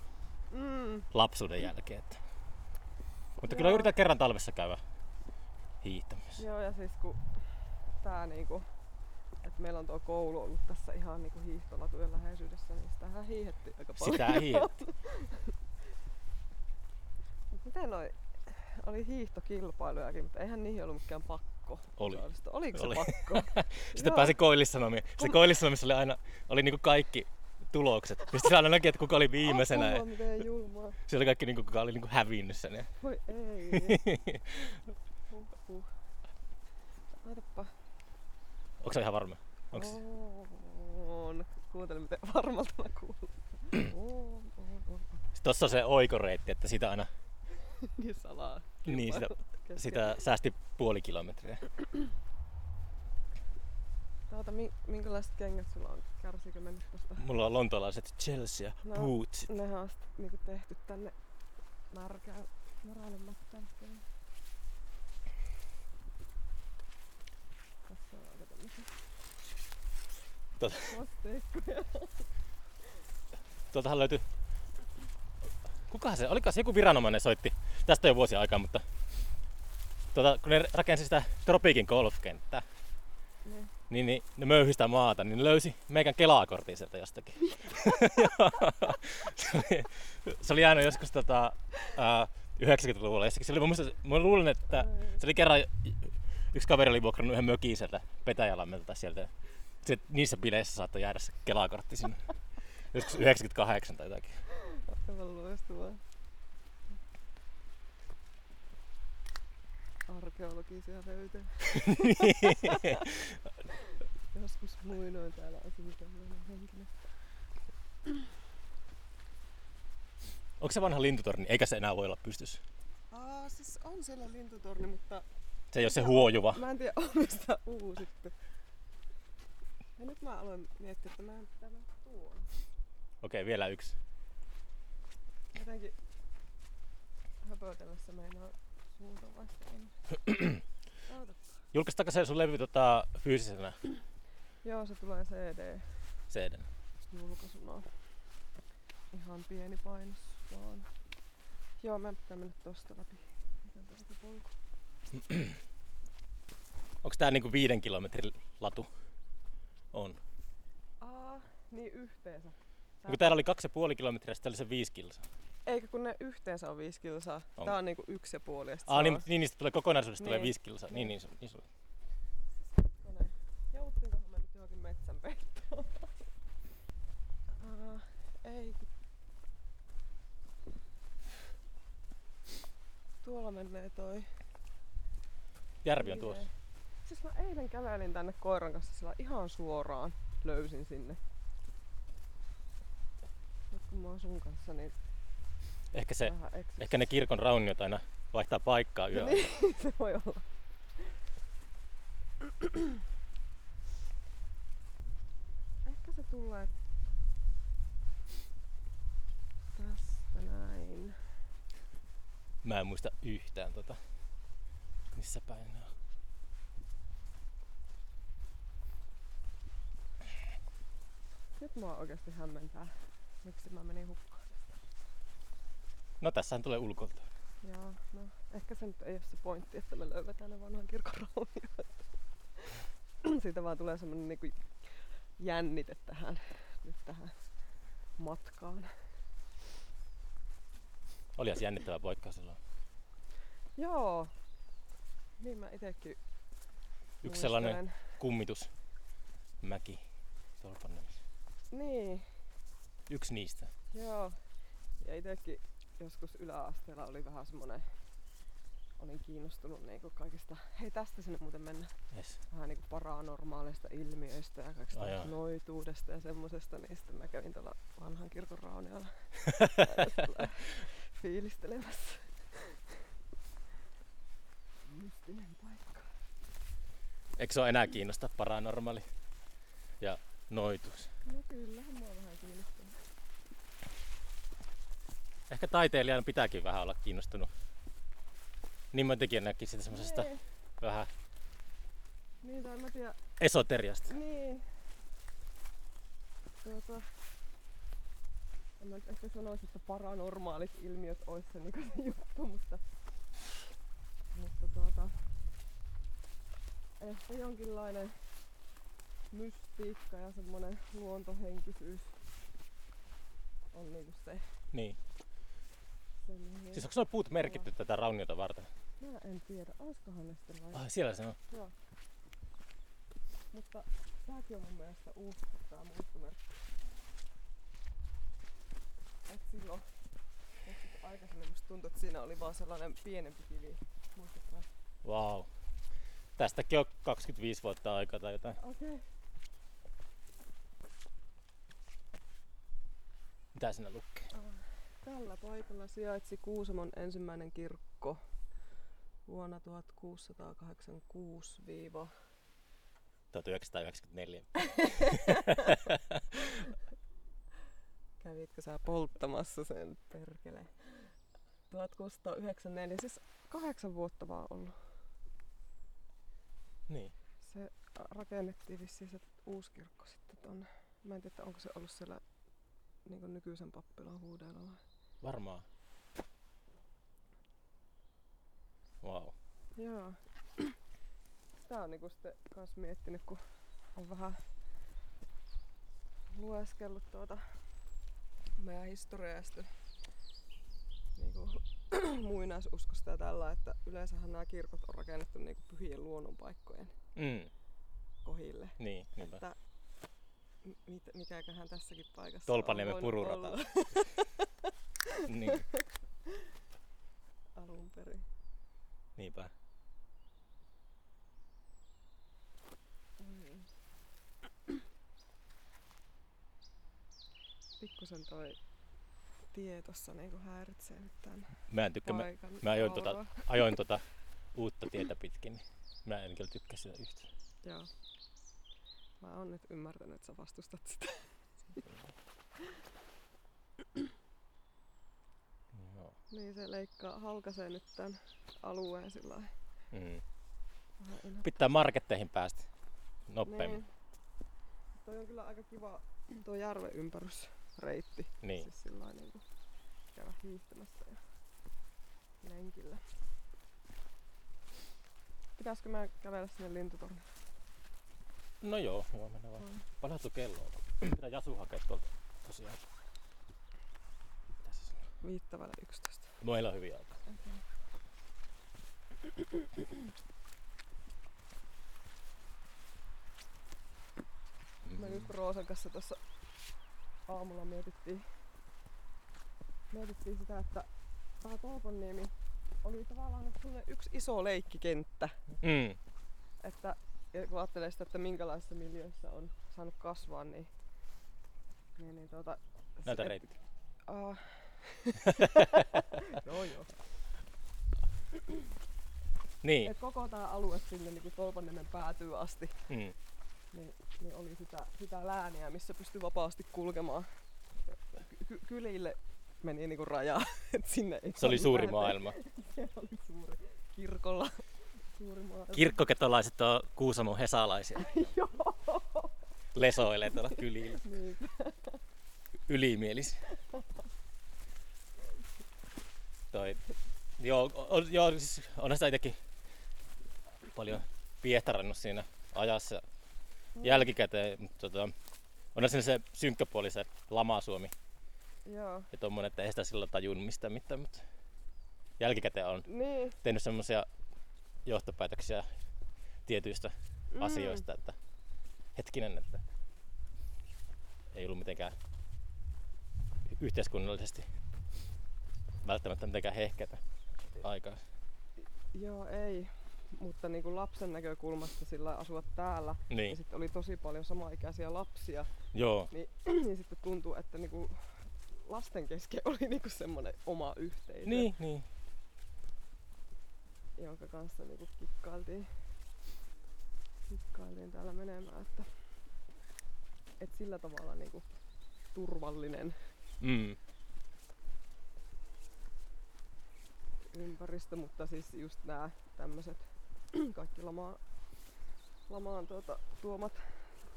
S3: Mm,
S2: lapsuuden jälkeen. Että. Mutta kyllä
S3: Joo.
S2: yritän kerran talvessa käydä hiihtämässä.
S3: joo, ja siis kun tää niinku, että meillä on tuo koulu ollut tässä ihan niinku hiihtolatujen läheisyydessä, niin sitähän hiihettiin aika paljon.
S2: Sitä hiihettiin.
S3: Mut Miten noi, oli hiihtokilpailujakin, mutta eihän niihin ollut mikään pakko.
S2: Oli.
S3: osallistua. Oliko
S2: Oli.
S3: se pakko?
S2: Sitten
S3: Joo.
S2: pääsi koillissanomiin. Se koillissanomissa oli aina oli niinku kaikki tulokset. Ja sitten se aina näki, että kuka oli viimeisenä.
S3: Apua, miten julmaa.
S2: Siellä oli kaikki, niinku, kuka oli niinku hävinnyt sen. Ja
S3: Voi ei. Huhhuh. Laitapa.
S2: Onko se ihan varma? Onks... Oh.
S3: On. Kuuntele, miten varmalta mä kuulostan. on, on, on.
S2: Tuossa on se oikoreitti, että sitä aina
S3: Niin salaa.
S2: niin, sitä,
S3: Kesken.
S2: sitä säästi puoli kilometriä.
S3: Tuota, mi- minkälaiset kengät sulla on? Kärsikö me nyt tästä?
S2: Mulla on lontoolaiset Chelsea
S3: No.
S2: bootsit.
S3: Nehän on sit niinku tehty tänne märkään, märälle matkaan. Tässä on aika tämmöisiä
S2: Tota.
S3: kosteikkoja.
S2: Tuoltahan löytyi... Kukahan se? Olikohan se joku viranomainen soitti? Tästä on jo vuosia aikaa, mutta... Tuota, kun ne rakensi sitä Tropiikin golfkenttää,
S3: Niin.
S2: niin, niin ne möyhi sitä maata, niin ne löysi meikän Kelaa-kortin sieltä jostakin. Joo. se, oli, se oli jäänyt joskus tota, ää, 90-luvulla. jossakin. Se oli, mun mielestä, mä luulen, että se oli kerran yksi kaveri oli vuokrannut yhden mökin sieltä Petäjälammelta tai sieltä. Se, niissä bileissä saattoi jäädä se Kelaa-kortti sinne. Joskus 98 tai jotakin.
S3: Aivan loistavaa. Arkeologisia löytöjä. Joskus muinoin täällä asui tämmöinen henkilö.
S2: Onko se vanha lintutorni? Eikä se enää voi olla pystyssä.
S3: Aa, siis on siellä lintutorni, mutta
S2: Se ei ole se huojuva.
S3: mä en tiedä onko sitä uusittu. Ja nyt mä aloin miettiä, että mä en pitää mennä tuon.
S2: Okei, vielä yksi.
S3: Jotenkin höpötellessä meinaa suunta vasta en. Ootapa.
S2: Julkaistaanko se sun levy tota, fyysisenä
S3: Joo, se tulee CD.
S2: cd
S3: julkaisuna. Ihan pieni painos vaan. Joo, mä pitää mennä tosta läpi. Mikä tää on se polku?
S2: Onko tää niinku viiden kilometrin latu? On.
S3: Aa, niin yhteensä.
S2: Niin Kun täällä oli kaksi ja puoli kilometriä, sitten oli se viisi kilsa.
S3: Eikä kun ne yhteensä on viisi kilsaa.
S2: On.
S3: Tää on niinku yksi ja puoli. Ja sit
S2: Ah,
S3: se
S2: niin,
S3: on
S2: mutta niin, niistä tulee kokonaisuudesta tulee
S3: Niin.
S2: viisi kilsaa. Niin, niin, se- niin, se-
S3: se- Jouduttiinkohan me nyt johonkin metsän peittoon? Äh, ei kun... Tuolla menee toi.
S2: Järvi on
S3: vihreä.
S2: tuossa.
S3: Niin. Siis mä eilen kävelin tänne koiran kanssa sillä ihan suoraan. Löysin sinne. Nyt kun mä oon sun kanssa, niin
S2: Ehkä, se,
S3: vähän eksys.
S2: ehkä ne kirkon rauniot aina vaihtaa paikkaa yöllä.
S3: se voi olla. Ehkä se tulee tästä näin.
S2: Mä en muista yhtään tota, missä päin ne on.
S3: Nyt mua oikeasti hämmentää, miksi mä menin hukkaan.
S2: No tässähän tulee ulkolta.
S3: Joo, no ehkä se nyt ei ole se pointti, että me löydetään ne vanhan kirkon rauniot. Siitä vaan tulee semmonen niinku jännite tähän, nyt tähän matkaan.
S2: Olihan se jännittävä paikka silloin.
S3: Joo, niin mä itekin
S2: Yksi sellainen
S3: muistelen.
S2: kummitusmäki. Tolpannemis.
S3: Niin,
S2: Yksi niistä.
S3: joo. Ja itekin joskus yläasteella oli vähän semmonen, olin kiinnostunut niinku kaikista, hei tästä sinne muuten mennä,
S2: Yes.
S3: vähän niinku paranormaaleista ilmiöistä ja kaikista
S2: Ai jaa.
S3: noituudesta ja semmosesta, niin sitten mä kävin tuolla vanhan kirkon rauniolla fiilistelemässä. Mystinen paikka.
S2: Eikö se ole enää kiinnosta paranormaali ja noitus?
S3: No kyllähän mua vähän kiinnostaa.
S2: Ehkä taiteilijan pitääkin vähän olla kiinnostunut. Niin mä tekin näkin sitä semmoisesta
S3: Niin,
S2: vähän
S3: Niin, tai mä tiedä,
S2: esoteriasta.
S3: Niin. Tuota, en mä nyt ehkä sanoisi, että paranormaalit ilmiöt olisi se, niinku se juttu, mutta, mutta tuota, ehkä jonkinlainen mystiikka ja semmoinen luontohenkisyys on niinku se.
S2: Niin.
S3: se mihin-
S2: Siis onko nuo puut merkitty tätä rauniota varten?
S3: Mä en tiedä, olisikohan ne sitten vai?
S2: Ah, siellä se on.
S3: Joo. Mutta tääkin on mun mielestä uusi tää muistomerkki. Et silloin joskus aikaisemmin musta tuntui, että siinä oli vaan sellainen pienempi kivi. Muistatko?
S2: Wow. Tästäkin on 25 vuotta aikaa tai jotain.
S3: Okei. Okay.
S2: Mitä siinä lukee?
S3: Tällä paikalla sijaitsi Kuusamon ensimmäinen kirkko vuonna 1686-
S2: 1994.
S3: Kävitkö sä polttamassa sen perkele? 1694, siis kahdeksan vuotta vaan ollut.
S2: Niin.
S3: Se rakennettiin vissiin se uusi kirkko sitten tonne. Mä en tiedä, että onko se ollut siellä niin nykyisen pappilan huudeella vai?
S2: Varmaan. Wow.
S3: Joo. Sitä on niinku sitten kans miettinyt, kun on vähän lueskellut tuota meidän historiaa ja sitten niinku muinaisuskosta ja tällä, että yleensähän nämä kirkot on rakennettu niinku pyhien luonnonpaikkojen
S2: Mm.
S3: kohille.
S2: Niin, niinpä.
S3: Että m- mit, mikäköhän tässäkin paikassa
S2: Tolpaniemen
S3: on voinut
S2: pururata.
S3: olla
S2: Niin,
S3: alun perin.
S2: niinpä.
S3: Mm. Pikkusen toi tietossa niinku häiritsee nyt tämän
S2: Mä en tykkää, mä,
S3: paikan.
S2: mä ajoin
S3: aurora.
S2: tota- ajoin tota uutta tietä pitkin, niin mä en kyllä tykkää sitä yhtään.
S3: Joo. Mä oon nyt ymmärtänyt, että sä vastustat sitä.
S2: Joo.
S3: Niin se leikkaa, halkaisee nyt tämän alueen sillä lailla
S2: Mm.
S3: vähän inho-
S2: Pitää marketteihin päästä nopeammin.
S3: Niin. Toi on kyllä aika kiva tuo järven ympärysreitti.
S2: Niin. niin.
S3: Siis sillä niin kuin käydä hiihtämässä ja lenkillä. Pitäisikö mä kävellä sinne lintutorniin?
S2: No joo, joo mennään vaan.
S3: Mm.
S2: Palautu kelloa. Pitää Jasu hakea tuolta tosiaan. Mitä se sanoo?
S3: Viittävällä 11.
S2: Noilla on hyviä aikaa.
S3: Mä
S2: Mm. Mhm.
S3: just Roosan kanssa tuossa aamulla mietittiin, mietittiin sitä, että tämä Tolponniemi oli tavallaan sellainen yksi iso leikkikenttä.
S2: Mm.
S3: Että, ja kun ajattelee sitä, että minkälaisissa miljöissä on saanut kasvaa, niin, niin, niin tuota,
S2: Näytä
S3: se-
S2: reitit.
S3: Ah. no joo.
S2: Niin.
S3: Et koko tämä alue sinne niin Tolpanniemen päätyy asti,
S2: Mm.
S3: niin, niin oli sitä, sitä lääniä, missä pystyi vapaasti kulkemaan. Ky- kylille meni niin raja, et sinne ei
S2: Se oli
S3: saanut
S2: suuri
S3: lähteä.
S2: maailma.
S3: Se oli suuri. Kirkolla suuri maailma.
S2: Kirkkoketolaiset on Kuusamon hesalaisia.
S3: Joo.
S2: Lesoilee tuolla kylillä.
S3: niin.
S2: Ylimielis. Toi. Joo, on, joo siis onhan sitä itsekin paljon piehtarannut siinä ajassa
S3: Mm.
S2: jälkikäteen. Mutta tota, onhan siinä se synkkä puoli, se lama Suomi.
S3: Joo.
S2: Ja tommonen, että ei sitä silloin tajunnut mistään mitään, mutta jälkikäteen on
S3: Niin.
S2: tehnyt semmoisia johtopäätöksiä tietyistä
S3: Mm.
S2: mm. asioista, että hetkinen, että ei ollut mitenkään y- yhteiskunnallisesti välttämättä mitenkään hehkätä aikaa.
S3: Joo, ei. Mutta niin kuin lapsen näkökulmasta sillä asua täällä. Ja
S2: Niin,
S3: sitten oli tosi paljon samaikäisiä lapsia.
S2: joo,
S3: Niin, niin sitten tuntuu, että niinku lasten kesken oli niinku semmoinen oma yhteisö,
S2: niin, niin.
S3: jonka kanssa niinku kikkailtiin, kikkailtiin täällä menemään. Että, et sillä tavalla niinku turvallinen
S2: Mm.
S3: ympäristö, mutta siis just nämä tämmöiset kaikki lama, lamaan tuota, tuomat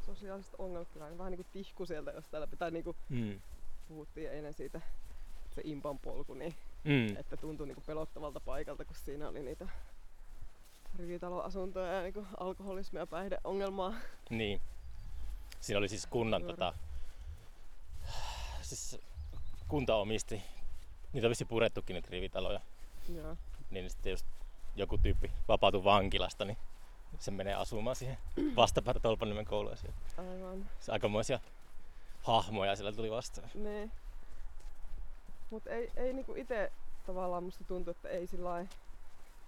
S3: sosiaaliset ongelmat kyllä aina vähän niinku tihku sieltä, jos täällä pitää niinku
S2: Mm.
S3: puhuttiin eilen siitä se impan polku, niin
S2: Mm.
S3: että tuntui niinku pelottavalta paikalta, kun siinä oli niitä rivitaloasuntoja ja niinku alkoholismia ja päihdeongelmaa.
S2: Niin. Siinä oli siis kunnan
S3: Juuri.
S2: tota, siis kunta omisti, niitä on vissi purettukin niitä rivitaloja.
S3: Joo.
S2: niin sitten jos joku tyyppi vapautui vankilasta, niin se menee asumaan siihen vastapäätä Tolpaniemen kouluun. Se
S3: Aivan.
S2: aikamoisia hahmoja sillä tuli vastaan.
S3: Niin. Mut ei, ei niinku ite tavallaan musta tuntuu, että ei sillä lailla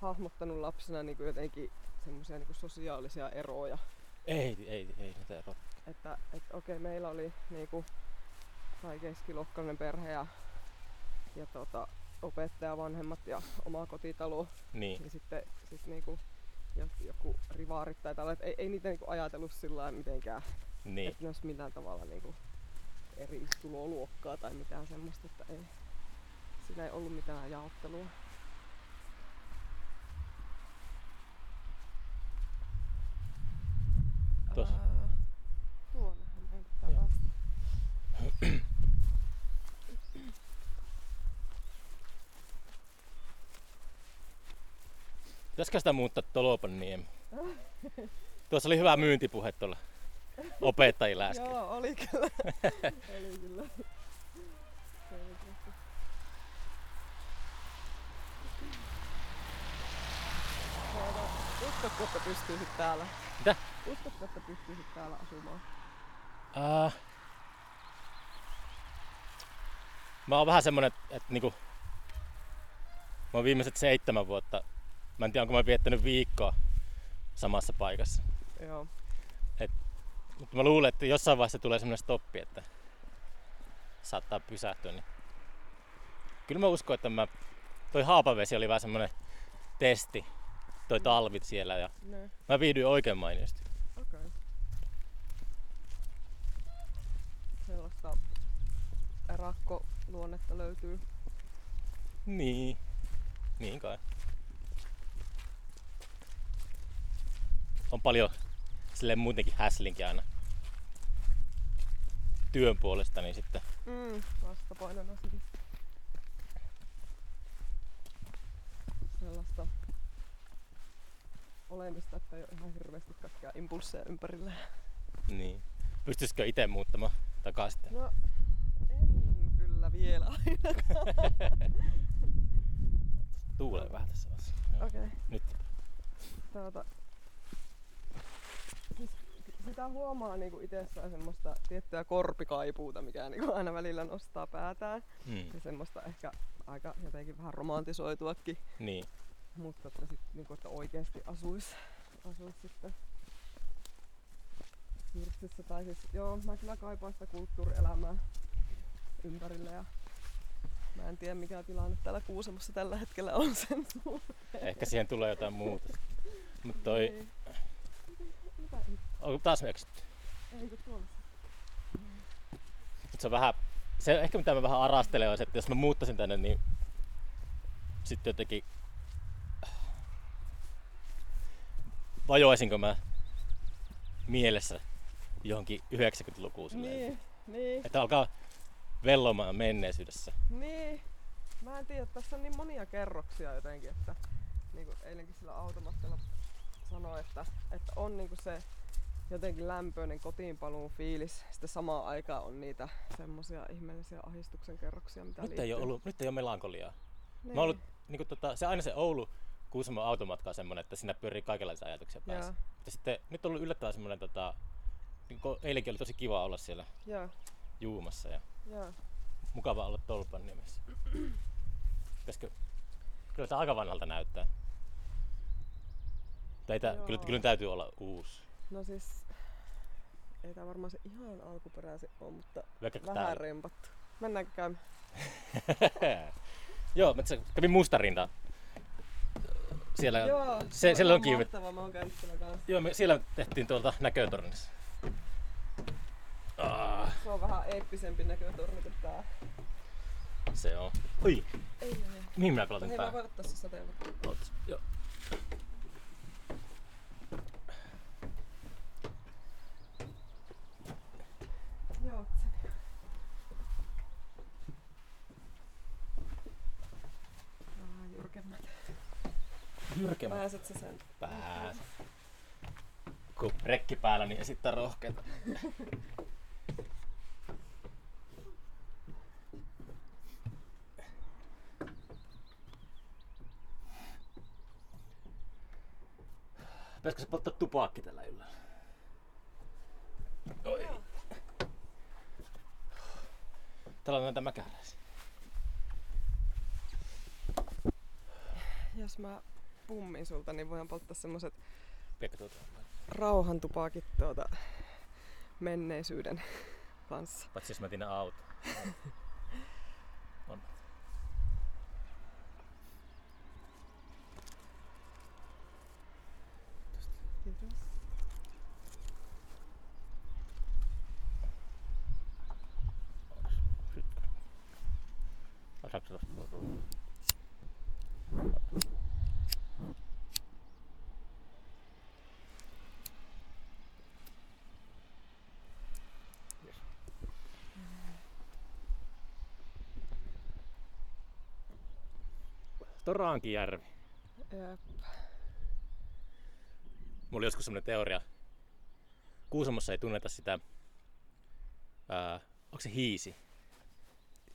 S3: hahmottanut lapsena niinku jotenkin semmoisia niinku sosiaalisia eroja.
S2: Ei, ei, ei, mitä eroa.
S3: Että et okei, meillä oli niinku tai keskiluokkainen perhe ja, ja tota, opettaja, vanhemmat ja oma kotitalo.
S2: Niin,
S3: Ja sitten sit niinku, jos joku rivaarit tai tällaiset, ei, ei niitä niinku ajatellut sillä lailla mitenkään,
S2: niin.
S3: että ne olisi millään tavalla niinku eri tuloluokkaa tai mitään semmoista, että ei, siinä ei ollut mitään jaottelua.
S2: Tos.
S3: Ää, Tuonnehan meidän pitää
S2: Joo.
S3: päästä.
S2: Pitäisikö sitä muuttaa Tolopaniemi? Tuossa oli hyvä myyntipuhe tuolla opettajilla äsken.
S3: Joo, oli kyllä. oli kyllä. Se oli totta. Tuota, Uskotko, että pystyisit täällä?
S2: Mitä?
S3: Uskotko, että pystyisit täällä asumaan?
S2: Äh, mä oon vähän semmonen, että, että niinku, mä oon viimeiset seitsemän vuotta, mä en tiedä onko mä viettänyt viikkoa samassa paikassa.
S3: Joo.
S2: Mutta mä luulen, että jossain vaiheessa tulee semmoinen stoppi, että saattaa pysähtyä. Niin. Kyllä mä uskon, että mä, toi haapavesi oli vähän semmoinen testi, toi talvit siellä ja
S3: No,
S2: mä viihdyin oikein mainiosti.
S3: okei. Okay. Sellaista rakkoluonnetta löytyy.
S2: Niin, niin kai. On paljon sille muutenkin häslinkiä aina työn puolesta, niin sitten
S3: Mm, vastapainona siis. sille. Sellaista olemista, että ei ole ihan hirveästi kaikkea impulsseja ympärillä.
S2: niin. Pystyisikö itse muuttamaan takaisin?
S3: No, en kyllä vielä.
S2: Tuulee vähän tässä vaiheessa. Joo.
S3: Okei. Okay.
S2: Nyt.
S3: Tuota, siis se sitä huomaa niinku itsessään semmoista tiettyä korpikaipuuta, mikä niinku aina välillä nostaa päätään.
S2: Mm.
S3: Ja semmoista ehkä aika jotenkin vähän romantisoituakin,
S2: Niin.
S3: mutta että, sit, niinku, että oikeasti asuis, asuis sitten Jyrksissä. Tai siis, joo, mä kyllä kaipaan sitä kulttuurielämää ympärillä ja mä en tiedä mikä tilanne täällä Kuusamossa tällä hetkellä on sen suhteen.
S2: Ehkä siihen tulee jotain muuta. Mutta toi...
S3: Niin. Mitä ihmettä?
S2: Onko taas me eksytty?
S3: Ei kun tuolla.
S2: Mut se on vähän, se ehkä mitä mä vähän arastelen on se, että jos mä muuttaisin tänne, niin sitten jotenkin vajoisinko mä mielessä johonkin 90-lukuun silleen,
S3: Niin, niin.
S2: että alkaa vellomaan menneisyydessä.
S3: Niin. Mä en tiedä, tässä on niin monia kerroksia jotenkin, että niin kuin eilenkin sillä automatkalla sanoi, että, että on niin kuin se jotenkin lämpöinen kotiinpaluun fiilis. Sitten samaan aikaan on niitä semmoisia ihmeellisiä ahistuksen kerroksia, mitä
S2: Nyt ei,
S3: liittyy.
S2: ole ollut, nyt ei ole melankoliaa.
S3: Niin.
S2: Mä oon ollut, niin kuin tota, se aina se Oulu Kuusamon automatka on semmonen, että siinä pyörii kaikenlaisia ajatuksia päässä.
S3: Joo.
S2: Mutta sitten nyt on ollut yllättävän semmonen, tota, niin kuin eilenkin oli tosi kiva olla siellä
S3: Joo,
S2: juumassa ja
S3: joo.
S2: mukava olla tolpan nimessä. Pitäisikö... Kyllä se aika vanhalta näyttää. Tai tää, kyllä,
S3: Joo.
S2: kyllä täytyy olla uusi.
S3: No siis, ei tää varmaan se ihan alkuperäisin on, mutta
S2: Vaikka tää...
S3: vähän rempattu. Mennäänkö käymään?
S2: Joo, mä itse asiassa kävin mustarinta. Siellä,
S3: Joo,
S2: se, siellä on kiivet.
S3: Mahtavaa, mä oon käynyt siellä kanssa.
S2: Joo, me siellä tehtiin tuolta näkötornissa. Ah,
S3: Se on vähän eeppisempi näkötorni kuin tää.
S2: se on. Oi,
S3: Ei, ei, ei.
S2: mihin minä pelotin
S3: Hei,
S2: päähän?
S3: Niin, mä voin ottaa se sateenvarjo.
S2: Ootas, Joo.
S3: Joo, se- Vähän jyrkemmät.
S2: Jyrkemä
S3: Pääset sä sen?
S2: pääs. Kun rekki päällä, niin esittää rohkeita. Pitäisikö se polttaa tupakki tällä yllä? Oi. Täällä on näitä mäkäläisiä.
S3: Jos mä pummin sulta, niin voidaan polttaa semmoset
S2: Pekka tuota.
S3: rauhantupakit tuota menneisyyden kanssa.
S2: Paitsi jos mä tiedän auto. On.
S3: Kiitos.
S2: Osaatko tuosta? Toraankin
S3: Jep.
S2: mulla oli joskus semmoinen teoria. Kuusamossa ei tunneta sitä, ää, onko se hiisi,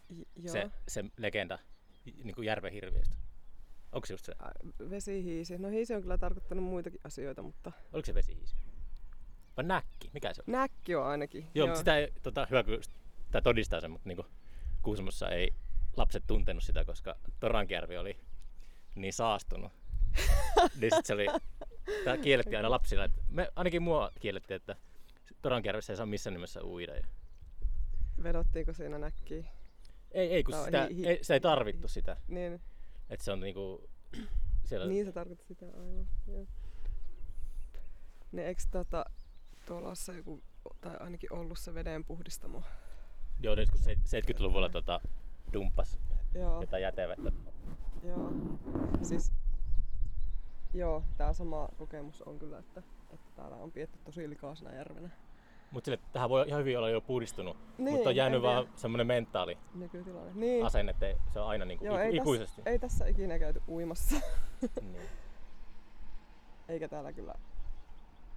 S3: J-
S2: se,
S3: Joo. Se.
S2: se legenda niin kuin järven hirviöstä. Onko se just se?
S3: Vesihiisi. No hiisi on kyllä tarkoittanut muitakin asioita, mutta
S2: Oliko se vesihiisi? Vai näkki? Mikä se on?
S3: näkki on ainakin.
S2: Joo, Joo. sitä ei, tota, hyvä kun tämä todistaa sen, mutta niinku Kuusamossa ei lapset tuntenut sitä, koska Torankijärvi oli niin saastunut. niin sit se oli, tää kiellettiin aina lapsilla. Että me, ainakin mua kiellettiin, että Torankijärvessä ei saa missään nimessä uida. Ja
S3: Vedottiinko siinä näkkiä?
S2: Ei, ei, kun
S3: No,
S2: sitä,
S3: hi- hi-
S2: ei, sitä ei tarvittu sitä.
S3: Niin,
S2: Että se on niinku... Siellä...
S3: Niin se tarkoittaa sitä aivan, joo. Ne eikö tota, tuolla ole se joku, tai ainakin ollut se vedenpuhdistamo?
S2: Joo, nyt kun se- 70-luvulla tota, dumppas
S3: Joo,
S2: jotain jätevettä.
S3: joo. Siis, joo, tää sama kokemus on kyllä, että, että täällä on pietty tosi likaisena järvenä
S2: Mutta sille tähän voi ihan hyvin olla jo puhdistunut.
S3: Niin,
S2: Niin, mutta on jäänyt
S3: en tiedä.
S2: vaan semmoinen mentaali
S3: nykytilanne. Niin,
S2: asenne, että se on aina niinku
S3: joo,
S2: iku-
S3: ei,
S2: ikuisesti.
S3: Tässä, ei tässä ikinä käyty uimassa,
S2: Niin.
S3: eikä täällä kyllä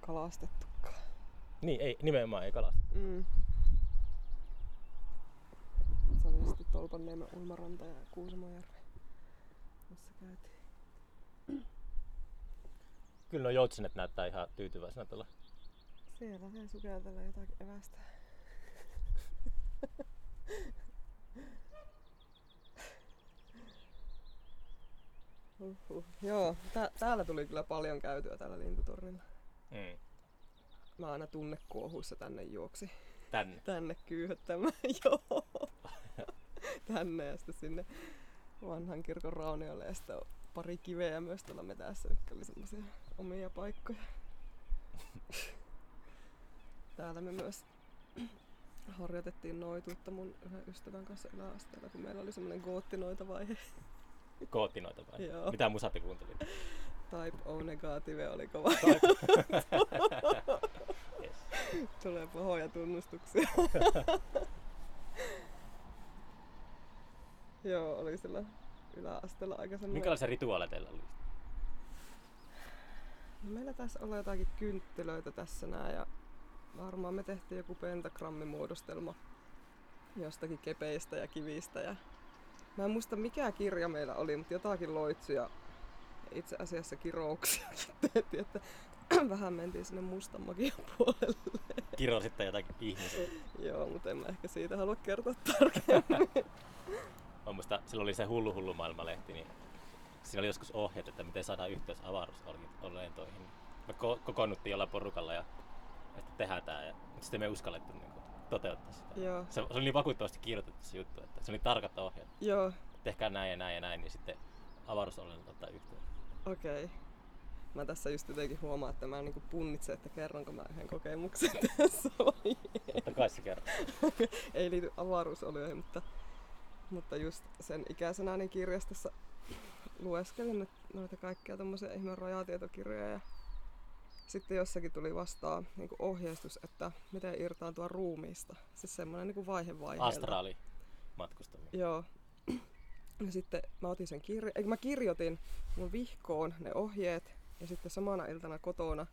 S3: kalastettukaan.
S2: niin, ei, nimenomaan ei kalasta.
S3: Mm. Se oli sitten Tolpanniemen uimaranta ja Kuusamojärvi, jossa käytiin.
S2: Kyllä nuo joutsenet näyttää ihan tyytyväisenä tuolla
S3: Siellä vähän sukeltelee jotakin evästä. Uhuh. Joo, tää, täällä tuli kyllä paljon käytyä täällä lintutornilla.
S2: Mm.
S3: Mä aina tunnekuohuissa tänne juoksi.
S2: Tänne.
S3: Tänne kyyhöttämään, joo. Tänne ja sitten sinne vanhan kirkon raunioille ja sitten on pari kiveä myös tuolla metässä, mitkä oli semmoisia omia paikkoja. Täällä me myös harjoitettiin noituutta mun yhden ystävän kanssa yläasteella, kun meillä oli semmoinen goottinoita vaihe.
S2: Koottinoita vai?
S3: Joo. Niin.
S2: Mitä musaa te kuuntelitte?
S3: Type O negative oli kova.
S2: Yes.
S3: Tulee pahoja tunnustuksia. Joo, oli sillä yläasteella aika semmoinen...
S2: Minkälaisia rituaaleja teillä oli?
S3: No meillä tässä olla jotakin kynttilöitä tässä näin ja varmaan me tehtiin joku pentagrammimuodostelma jostakin kepeistä ja kivistä. Ja... Mä en muista mikä kirja meillä oli, mutta jotakin loitsuja ja itse asiassa kirouksiakin tehtiin, että vähän mentiin sinne mustan magian puolelle.
S2: Kirositte jotakin ihmisiä.
S3: Joo, mutta en mä ehkä siitä halua kertoa tarkemmin.
S2: Mä muistan, silloin oli se Hullu Hullu maailma-lehti, niin siinä oli joskus ohjeet, että miten saadaan yhteys avaruusolentoihin. Me ko- kokoonnuttiin jollain porukalla ja että tehdään tää. Ja, mutta sitten me ei uskallettu niin kuin, toteuttaa sitä.
S3: Joo.
S2: Se, se, oli niin vakuuttavasti kirjoitettu se juttu, että se oli tarkat ohjeet.
S3: Joo,
S2: Tehkää näin ja näin ja näin, niin sitten avaruusolennot ottaa yhteyttä.
S3: Okei. Mä tässä just jotenkin huomaan, että mä niinku punnitsen, että kerronko mä yhden kokemuksen tässä vai
S2: Totta kai se kertoo.
S3: ei. ei liity avaruusolioihin, mutta, mutta just sen ikäisenä niin kirjastossa lueskelin nyt noita kaikkia tommosia ihme rajatietokirjoja ja sitten jossakin tuli vastaan niin ohjeistus, että miten irtaantua ruumiista. Siis semmoinen niin vaihe vaiheelta.
S2: Astraali matkustaminen.
S3: Joo. Ja sitten mä otin sen kirja, eikö mä kirjoitin mun vihkoon ne ohjeet ja sitten samana iltana kotona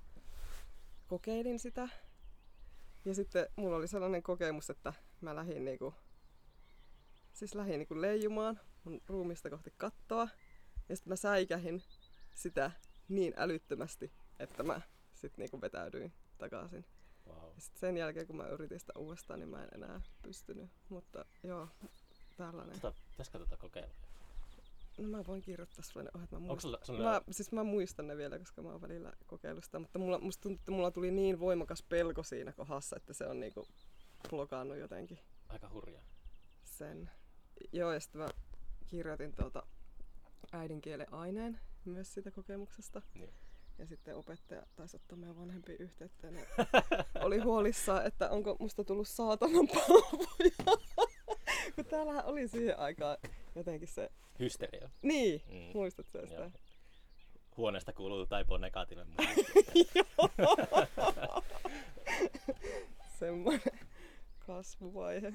S3: kokeilin sitä. Ja sitten mulla oli sellainen kokemus, että mä lähdin niinku, siis lähdin niinku leijumaan mun ruumista kohti kattoa. Ja sitten mä säikähin sitä niin älyttömästi, että mä sitten niinku vetäydyin takaisin.
S2: Wow.
S3: Ja sit sen jälkeen kun mä yritin sitä uudestaan, niin mä en enää pystynyt. Mutta joo, tällainen.
S2: Tota, pitäisikö tätä kokeilla?
S3: No mä voin kirjoittaa sulle ne ohjeet, mä
S2: Onko
S3: muistan.
S2: sulla, sulla
S3: Mä, siis mä muistan ne vielä, koska mä oon välillä kokeillut sitä, mutta mulla, musta tuntuu, että mulla tuli niin voimakas pelko siinä kohdassa, että se on niinku blokannut jotenkin
S2: aika hurjaa?
S3: sen. Joo, ja sitten mä kirjoitin tuota äidinkielen aineen myös siitä kokemuksesta.
S2: Niin.
S3: Ja sitten opettaja taisi ottaa meidän vanhempiin yhteyttä ja ne oli huolissaan, että onko musta tullut saatanan palvoja. Kun täällähän oli siihen aikaan jotenkin se,
S2: Hysteria.
S3: niin,
S2: Mm.
S3: mm. muistatko sä sitä?
S2: Joo. Huoneesta kuuluu taipoo negatiivinen musiikki.
S3: semmoinen kasvuvaihe.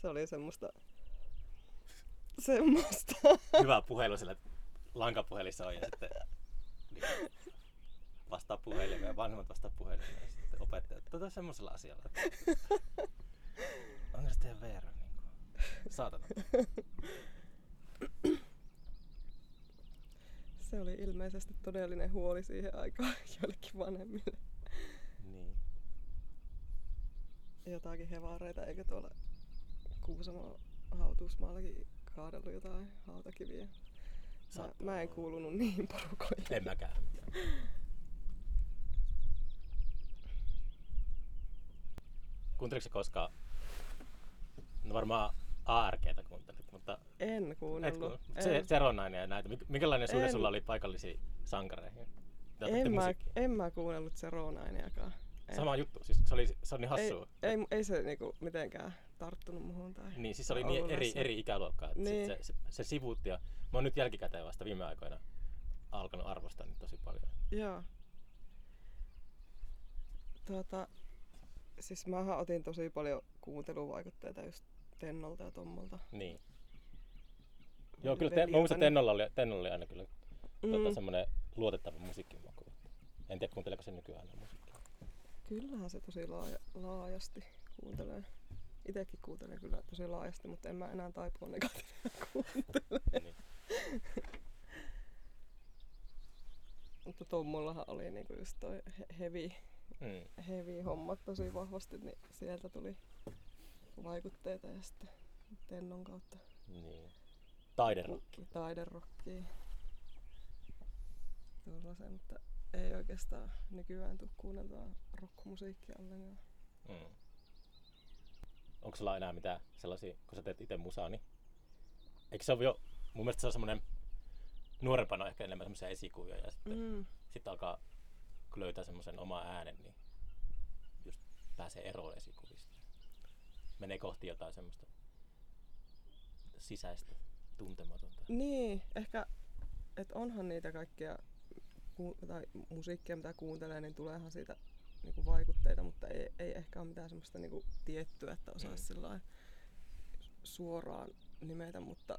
S3: Se oli semmoista... Semmoista.
S2: hyvä puhelu sillä lankapuhelissa on ja sitten niin, vastaa puhelimeen ja vanhemmat vastaa puhelimeen ja sitten opettajat. Tota semmoisella asialla. että Onko se teidän VR? Niin kuin, saatana.
S3: Se oli ilmeisesti todellinen huoli siihen aikaan joillekin vanhemmille.
S2: Niin.
S3: Jotakin hevareita, eikä tuolla Kuusamon hautuusmaallakin kaadellut jotain hautakiviä. Mä,
S2: Saattaa
S3: mä en
S2: olla.
S3: kuulunut niihin porukoihin.
S2: En mäkään. Kuuntelitko sä koskaan? No varmaan ARGtä kuuntelit, mutta
S3: En
S2: et,
S3: kuunnellut.
S2: kun, se,
S3: en.
S2: Seronainen ja näitä. Mik- Minkälainen suhde
S3: En.
S2: sulla oli paikallisiin sankareihin? Te otatte
S3: en, mä,
S2: musiikkia.
S3: en mä kuunnellut se Roonainiakaan. En.
S2: Sama juttu, siis se, oli, se on niin
S3: ei,
S2: hassua.
S3: ei, ei se niinku mitenkään tarttunut muhun tai...
S2: Niin, siis se oli
S3: tai
S2: niin
S3: ollut
S2: eri,
S3: läsnä.
S2: eri ikäluokkaa. että sit
S3: Niin.
S2: Se, se, se sivuutti ja mä oon nyt jälkikäteen vasta viime aikoina alkanut arvostaa niitä tosi paljon.
S3: Joo. Tuota, siis mähän otin tosi paljon kuunteluvaikutteita just Tennolta ja Tommolta.
S2: Niin. Joo, kyllä te, mä muistan, että Tennolla oli, Tennolla oli aina kyllä mm. tota, semmoinen luotettava musiikkimaku. En tiedä, kuunteleeko se nykyään enää musiikkia.
S3: Kyllähän se tosi laaja, laajasti kuuntelee. Itekin kuuntelen kyllä tosi laajasti, mutta en mä enää taipua negatiivista kuuntelemaan.
S2: Niin.
S3: Mutta Tommullahan oli niinku just toi he- heavy,
S2: Mm.
S3: heavy hommat tosi vahvasti, niin sieltä tuli vaikutteita ja sitten Tennon kautta
S2: Niin. Taidero.
S3: taiderokkiin. Tuollaisen, mutta ei oikeastaan nykyään tule kuunneltua rockmusiikkia ollenkaan.
S2: Mm. Onko sulla enää mitään sellaisia, kun sä teet itse musaa, niin eikö se ole jo, mun mielestä se on semmoinen nuorempana ehkä enemmän semmoisia esikuvia ja sitten
S3: Mm.
S2: sitten alkaa, kun löytää semmoisen oma äänen, niin just pääsee eroon esikuvista. Menee kohti jotain semmoista sisäistä, tuntematonta.
S3: Niin, ehkä, että onhan niitä kaikkia ku- tai musiikkia, mitä kuuntelee, niin tuleehan siitä niinku vaikutteita, mutta ei, ei ehkä ole mitään semmoista niinku tiettyä, että
S2: Mm.
S3: osaisi mm. suoraan nimetä, mutta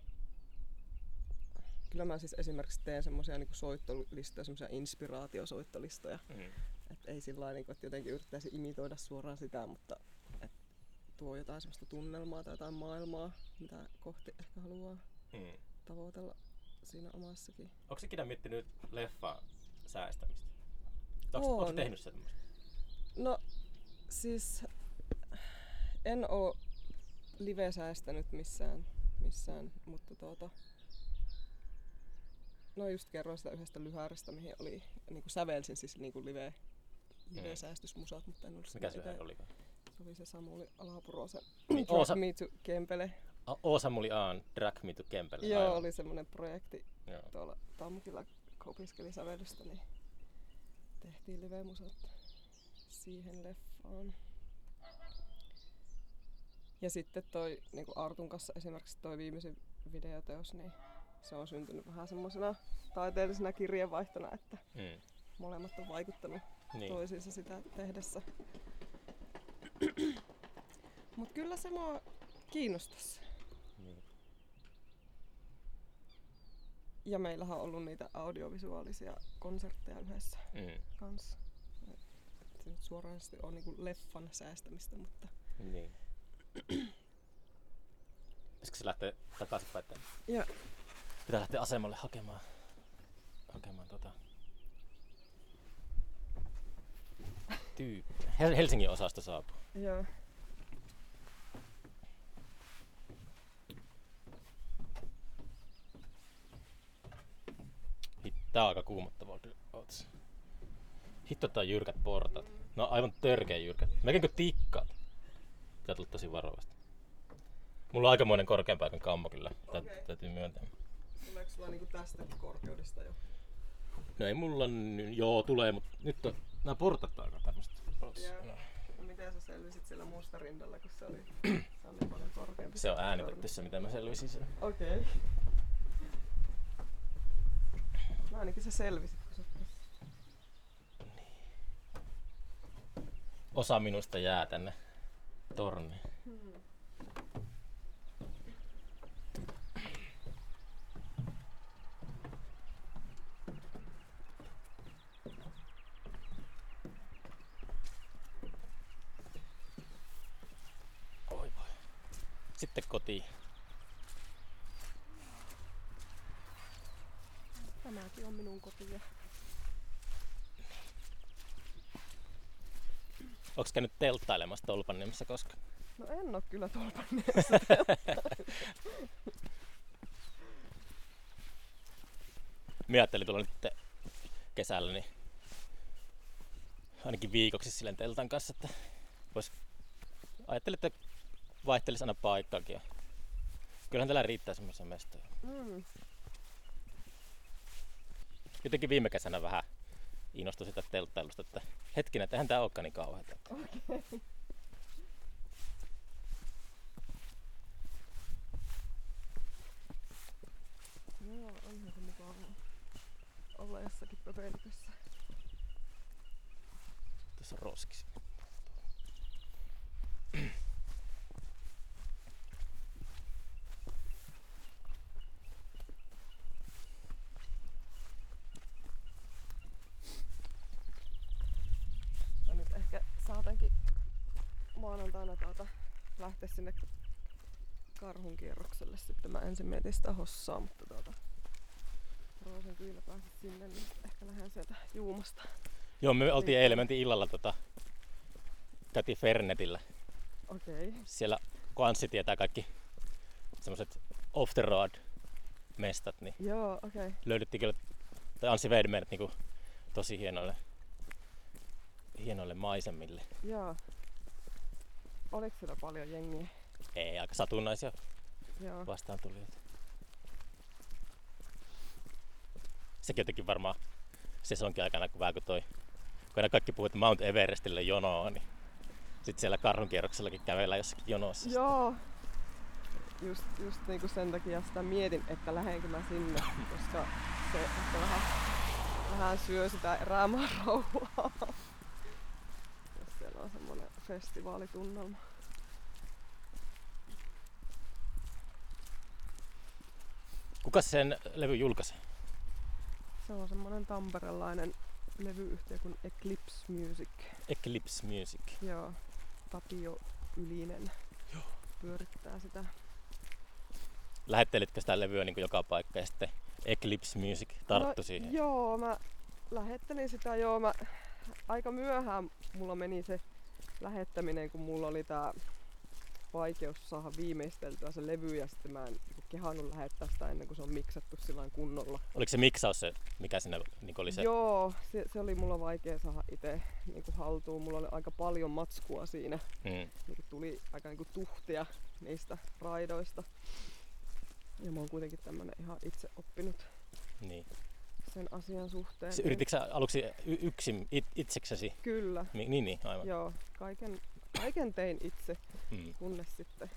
S3: kyllä mä siis esimerkiksi teen semmoisia niinku soittolistoja, semmoisia inspiraatiosoittolistoja,
S2: Mm.
S3: että ei sillä lailla, niinku, että jotenkin yrittäisi imitoida suoraan sitä, mutta et tuo jotain semmoista tunnelmaa tai jotain maailmaa, mitä kohti ehkä haluaa
S2: Mm.
S3: tavoitella siinä omassakin.
S2: Onko se ikinä miettinyt leffaa säästämistä?
S3: Oon.
S2: Onko tehnyt semmoista?
S3: No siis en oo live säästänyt missään, missään mutta tuota, no just kerroin sitä yhdestä lyhäristä, mihin oli, niin kuin sävelsin siis niin kuin live, live säästysmusat, mutta en ollut sitä
S2: Mm. Mikä se
S3: ite-
S2: ite... olikaan?
S3: Se oli se Samuli Alapuro, se
S2: Niin,
S3: Drag
S2: Oosa-
S3: Me to Kempele.
S2: A- Oosa muli aan, drag me to Kempele.
S3: Joo,
S2: Aivan.
S3: oli semmoinen projekti
S2: Joo.
S3: tuolla Tamkilla, kun opiskeli sävellystä, niin tehtiin livemusat siihen leffaan. Ja sitten toi niin Artun kanssa esimerkiksi toi viimeisin videoteos, niin se on syntynyt vähän semmoisena taiteellisena kirjeenvaihtona, että
S2: Mm.
S3: molemmat on vaikuttanut
S2: Niin.
S3: niin. toisiinsa sitä tehdessä. Mutta kyllä se mua kiinnostaisi.
S2: Niin.
S3: Ja meillähän on ollut niitä audiovisuaalisia konsertteja yhdessä
S2: Mm.
S3: kanssa. Et Se nyt suoraan on niinku leffan säästämistä, mutta
S2: Niin. Pitäisikö se lähteä takaisinpäin? että
S3: Joo.
S2: Pitää lähteä asemalle hakemaan, hakemaan tota... Tyyppi. Hel- Helsingin osasta saapuu.
S3: joo.
S2: Hit- Tää on aika kuumottavaa kyllä. Ootas. Hitto tää on jyrkät portat. No aivan törkeä jyrkät. Melkein kuin tikkaat. Pitää tulla tosi varovasti. Mulla on aikamoinen korkean paikan kammo kyllä. Tä-
S3: Okei.
S2: Täytyy myöntää.
S3: Tuleeko sulla niinku tästä korkeudesta jo?
S2: No ei mulla, n- joo tulee, mutta nyt on, nämä portat on aika tämmöset. Ootas.
S3: Joo.
S2: No.
S3: No miten sä selvisit sillä muusta rindalla, kun se oli, se oli paljon korkeampi?
S2: Se on äänitetty se, mitä mä selvisin sen.
S3: Okei. Okay. No ainakin sä selvisit, kun sä
S2: Osa minusta jää tänne torniin. Hmm. Oi voi. Sitten kotiin.
S3: Tämäkin on minun koti.
S2: Onko käynyt telttailemassa Tolpanniemessä koskaan?
S3: No en oo kyllä tolpan
S2: Mä ajattelin tulla nyt kesällä, niin ainakin viikoksi silleen teltan kanssa, että vois... ajattelin, että vaihtelisi aina paikkaakin. ja Kyllähän täällä riittää semmoisia mestoja.
S3: Mm.
S2: Jotenkin viime kesänä vähän innostui sitä telttailusta, että hetkinen, että eihän tää olekaan niin kauheata. Okay.
S3: Joo, onhan se mukavaa olla jossakin pöpelikössä.
S2: Tuossa on roskis.
S3: Mä No nyt ehkä saatankin maanantaina tuota lähteä sinne karhun kierrokselle. Sitten mä ensin mietin sitä hossaa, mutta tuota, Roosen kyllä pääsit sinne, niin ehkä lähden sieltä juumasta.
S2: Joo, me oltiin eilen, mentiin illalla tota, käytiin Fernetillä.
S3: Okei. Okay.
S2: Siellä kun Anssi tietää kaikki semmoset off the road mestat, niin
S3: Joo, okei. Okay.
S2: löydettiin kyllä, tai Anssi vei meidät niinku tosi hienoille, hienoille maisemille.
S3: Joo. Oliko siellä paljon jengiä?
S2: Ei, aika satunnaisia
S3: Joo.
S2: vastaan tulijoita. Sekin jotenkin varmaan sesonkin aikana, kun vähän kun toi, kun aina kaikki puhuu, että Mount Everestille jonoa, niin sitten siellä karhunkierroksellakin kävellään jossakin jonossa.
S3: Joo. Just, just niinku sen takia sitä mietin, että lähdenkö mä sinne, koska se ehkä vähän, vähän syö sitä erämaa rauhaa. Jos siellä on semmoinen festivaalitunnelma.
S2: Kuka sen levy julkaisi?
S3: Se on semmoinen tamperelainen levyyhtiö kuin Eclipse Music.
S2: Eclipse Music.
S3: Joo, Tapio Ylinen
S2: Joo.
S3: pyörittää sitä.
S2: Lähettelitkö sitä levyä niin kuin joka paikka ja sitten Eclipse Music tarttu
S3: no,
S2: siihen?
S3: Joo, mä lähettelin sitä, joo, mä aika myöhään mulla meni se lähettäminen, kun mulla oli tää vaikeus saada viimeisteltyä se levy ja sitten mä en niinku kehannut lähettää sitä ennen kuin se on miksattu sillä kunnolla.
S2: Oliko se miksaus se, mikä sinne niin oli se?
S3: Joo, se, se, oli mulla vaikea saada itse niinku haltuun. Mulla oli aika paljon matskua siinä
S2: Mm.
S3: niin tuli aika niin tuhtia niistä raidoista. Ja mä oon kuitenkin tämmönen ihan itse oppinut
S2: Niin.
S3: sen asian suhteen.
S2: Se, yritikö sä aluksi y- yksin it, itseksesi?
S3: Kyllä,
S2: Mi- niin, niin, aivan.
S3: joo. Kaiken, kaiken tein itse,
S2: Mm.
S3: kunnes sitten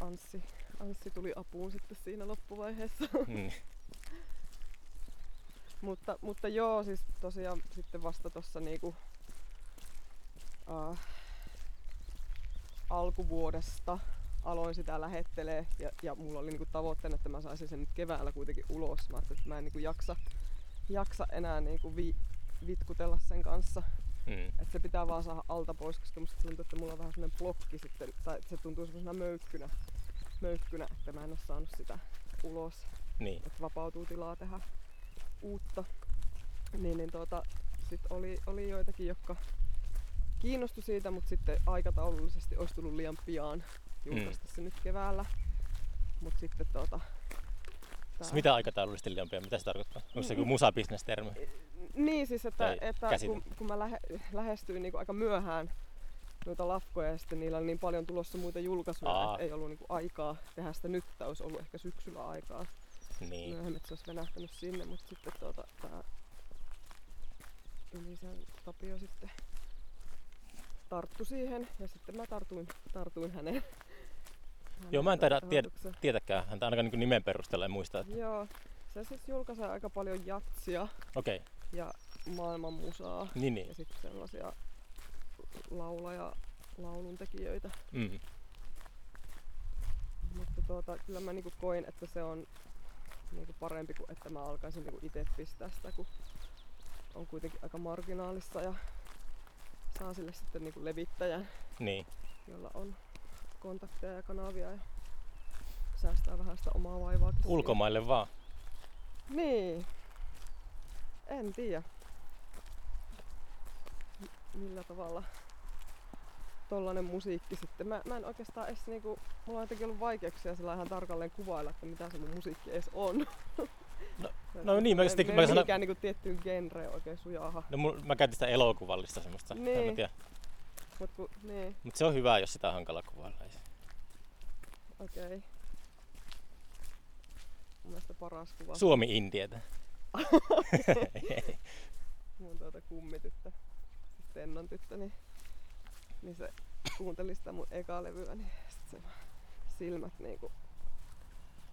S3: Anssi, Anssi tuli apuun sitten siinä loppuvaiheessa.
S2: Mm.
S3: mutta, mutta joo, siis tosiaan sitten vasta tuossa niinku, äh, alkuvuodesta aloin sitä lähettelee ja, ja mulla oli niinku tavoitteena, että mä saisin sen nyt keväällä kuitenkin ulos. Mä ajattelin, että mä en niinku jaksa, jaksa enää niinku vi, vitkutella sen kanssa.
S2: Mm.
S3: Että se pitää vaan saada alta pois, koska musta tuntuu, että mulla on vähän semmonen blokki sitten, tai se tuntuu semmoisena möykkynä, möykkynä, että mä en ole saanut sitä ulos
S2: Niin.
S3: että vapautuu tilaa tehdä uutta. Niin, niin tuota, sit oli, oli joitakin, jotka kiinnostui siitä, mutta sitten aikataulullisesti olisi tullut liian pian julkaista se nyt keväällä. Mutta sitten tuota, tää-
S2: Siis Mitä aikataulullisesti liian pian? Mitä se tarkoittaa? Onko
S3: Mm.
S2: se joku musabisnestermi?
S3: Niin siis, että,
S2: Tai
S3: että
S2: käsite.
S3: kun, kun mä lähe, lähestyin niin aika myöhään noita lafkoja ja sitten niillä oli niin paljon tulossa muita julkaisuja,
S2: Aa.
S3: että ei ollut niin aikaa tehdä sitä nyt, tai olisi ollut ehkä syksyllä aikaa. no.
S2: Niin.
S3: myöhemmin, että se olisi venähtänyt sinne, mutta sitten tuota, tämä Ylisen Tapio sitten tarttu siihen ja sitten mä tartuin, tartuin häneen.
S2: Joo, mä en taida
S3: Hänen
S2: tiedä-
S3: rahoitukseen.
S2: Tietäkään, häntä ainakaan niin nimen perusteella en muista. että-
S3: Joo, se siis julkaisee aika paljon jatsia
S2: Okei, okay.
S3: ja maailmanmusaa
S2: niin niin.
S3: ja sitten sellaisia laulaja lauluntekijöitä.
S2: Mm.
S3: Mutta tuota, kyllä mä niinku koin, että se on niinku parempi kuin että mä alkaisin niinku itse pistää sitä, kun on kuitenkin aika marginaalissa ja saa sille sitten niinku levittäjän,
S2: Niin.
S3: jolla on kontakteja ja kanavia ja säästää vähän sitä omaa vaivaa.
S2: Ulkomaille vaan.
S3: Niin. En tiedä. M- millä tavalla tollanen musiikki sitten. Mä, mä en oikeastaan edes niinku, mulla on jotenkin ollut vaikeuksia sillä ihan tarkalleen kuvailla, että mitä se mun musiikki edes on.
S2: No-
S3: Se-
S2: no niin, mä
S3: se-
S2: just-
S3: se
S2: mä
S3: ei
S2: sanon-
S3: mikään niinku tiettyyn genreen oikein sujaha.
S2: No, mul- mä käytin sitä elokuvallista semmoista.
S3: Niin.
S2: En mä tiedä.
S3: Mut ku, niin,
S2: Mut se on hyvä, jos sitä on hankala kuvailla. Ei se-
S3: okei. Okay. Mun mielestä paras kuva
S2: Suomi-Indietä.
S3: mun tuota kummityttö, siis Tennon tyttö, niin, niin se kuunteli sitä mun ekaa levyä, niin sit se silmät niinku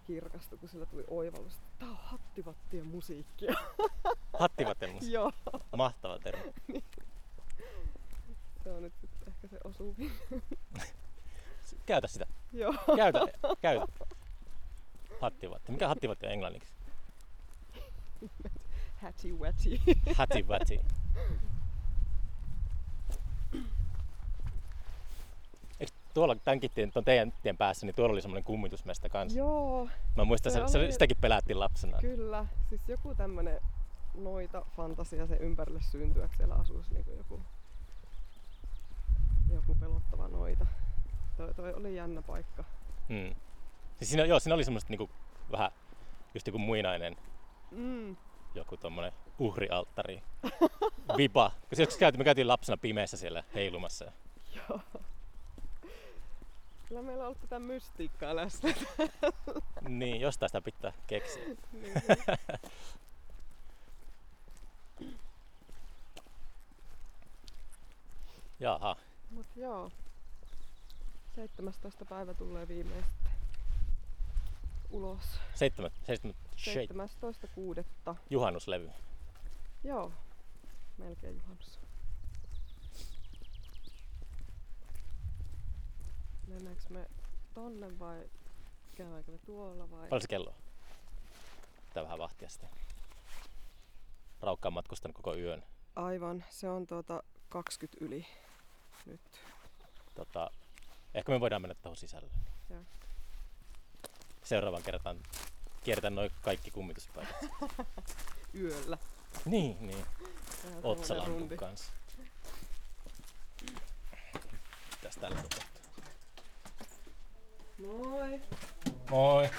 S3: kirkastui, kun sillä tuli oivallus, että tää on hattivattien musiikkia.
S2: Hattivatemmus.
S3: Joo,
S2: Mahtava termi.
S3: se on nyt sitten ehkä se osuvin.
S2: Käytä sitä.
S3: Joo,
S2: Käytä, käytä. Hattivatti. Mikä hattivatti on englanniksi?
S3: hatty wetty.
S2: Hattivatti. Eikö tuolla tämänkin tien, tuon teidän tien päässä, niin tuolla oli semmoinen kummitusmestä kanssa.
S3: Joo,
S2: Mä muistan,
S3: Se
S2: se, se,
S3: oli-
S2: sitäkin pelättiin lapsena.
S3: kyllä. Siis joku tämmönen noita fantasia sen ympärille syntyy, että siellä asuisi niinku joku, joku pelottava noita. Toi, toi oli jännä paikka.
S2: Mm. Siis siinä, joo, siinä oli semmoista niinku, vähän just joku muinainen
S3: Mm,
S2: joku tommonen uhrialttari. Vipa. Kun se joskus käytiin, me käytiin lapsena pimeässä siellä heilumassa. ja
S3: joo. Kyllä No, meillä on ollut tätä mystiikkaa läsnä.
S2: Niin, jostain sitä pitää keksiä.
S3: Niin.
S2: Jaha.
S3: Mut joo. 17. päivä tulee viimein sitten ulos.
S2: Seitsemän, seitsemän, shit,
S3: 17.6.
S2: juhannuslevy.
S3: Joo. Melkein juhannus. Mennäänkö me tonne vai käydäänkö me tuolla vai?
S2: Paljon se kello on? Pitää vähän vahtia sitä. Raukka on matkustanut koko yön.
S3: Aivan, se on tuota 20 yli nyt.
S2: Tota, ehkä me voidaan mennä tuohon sisälle.
S3: Joo.
S2: Seuraavan kertaan kierretään noin kaikki kummituspaikat.
S3: Yöllä.
S2: niin, niin.
S3: Tehdään tommonen
S2: Otsalampun
S3: rundi.
S2: kanssa. Mitäs täällä tapahtuu?
S3: Moi!
S2: Moi!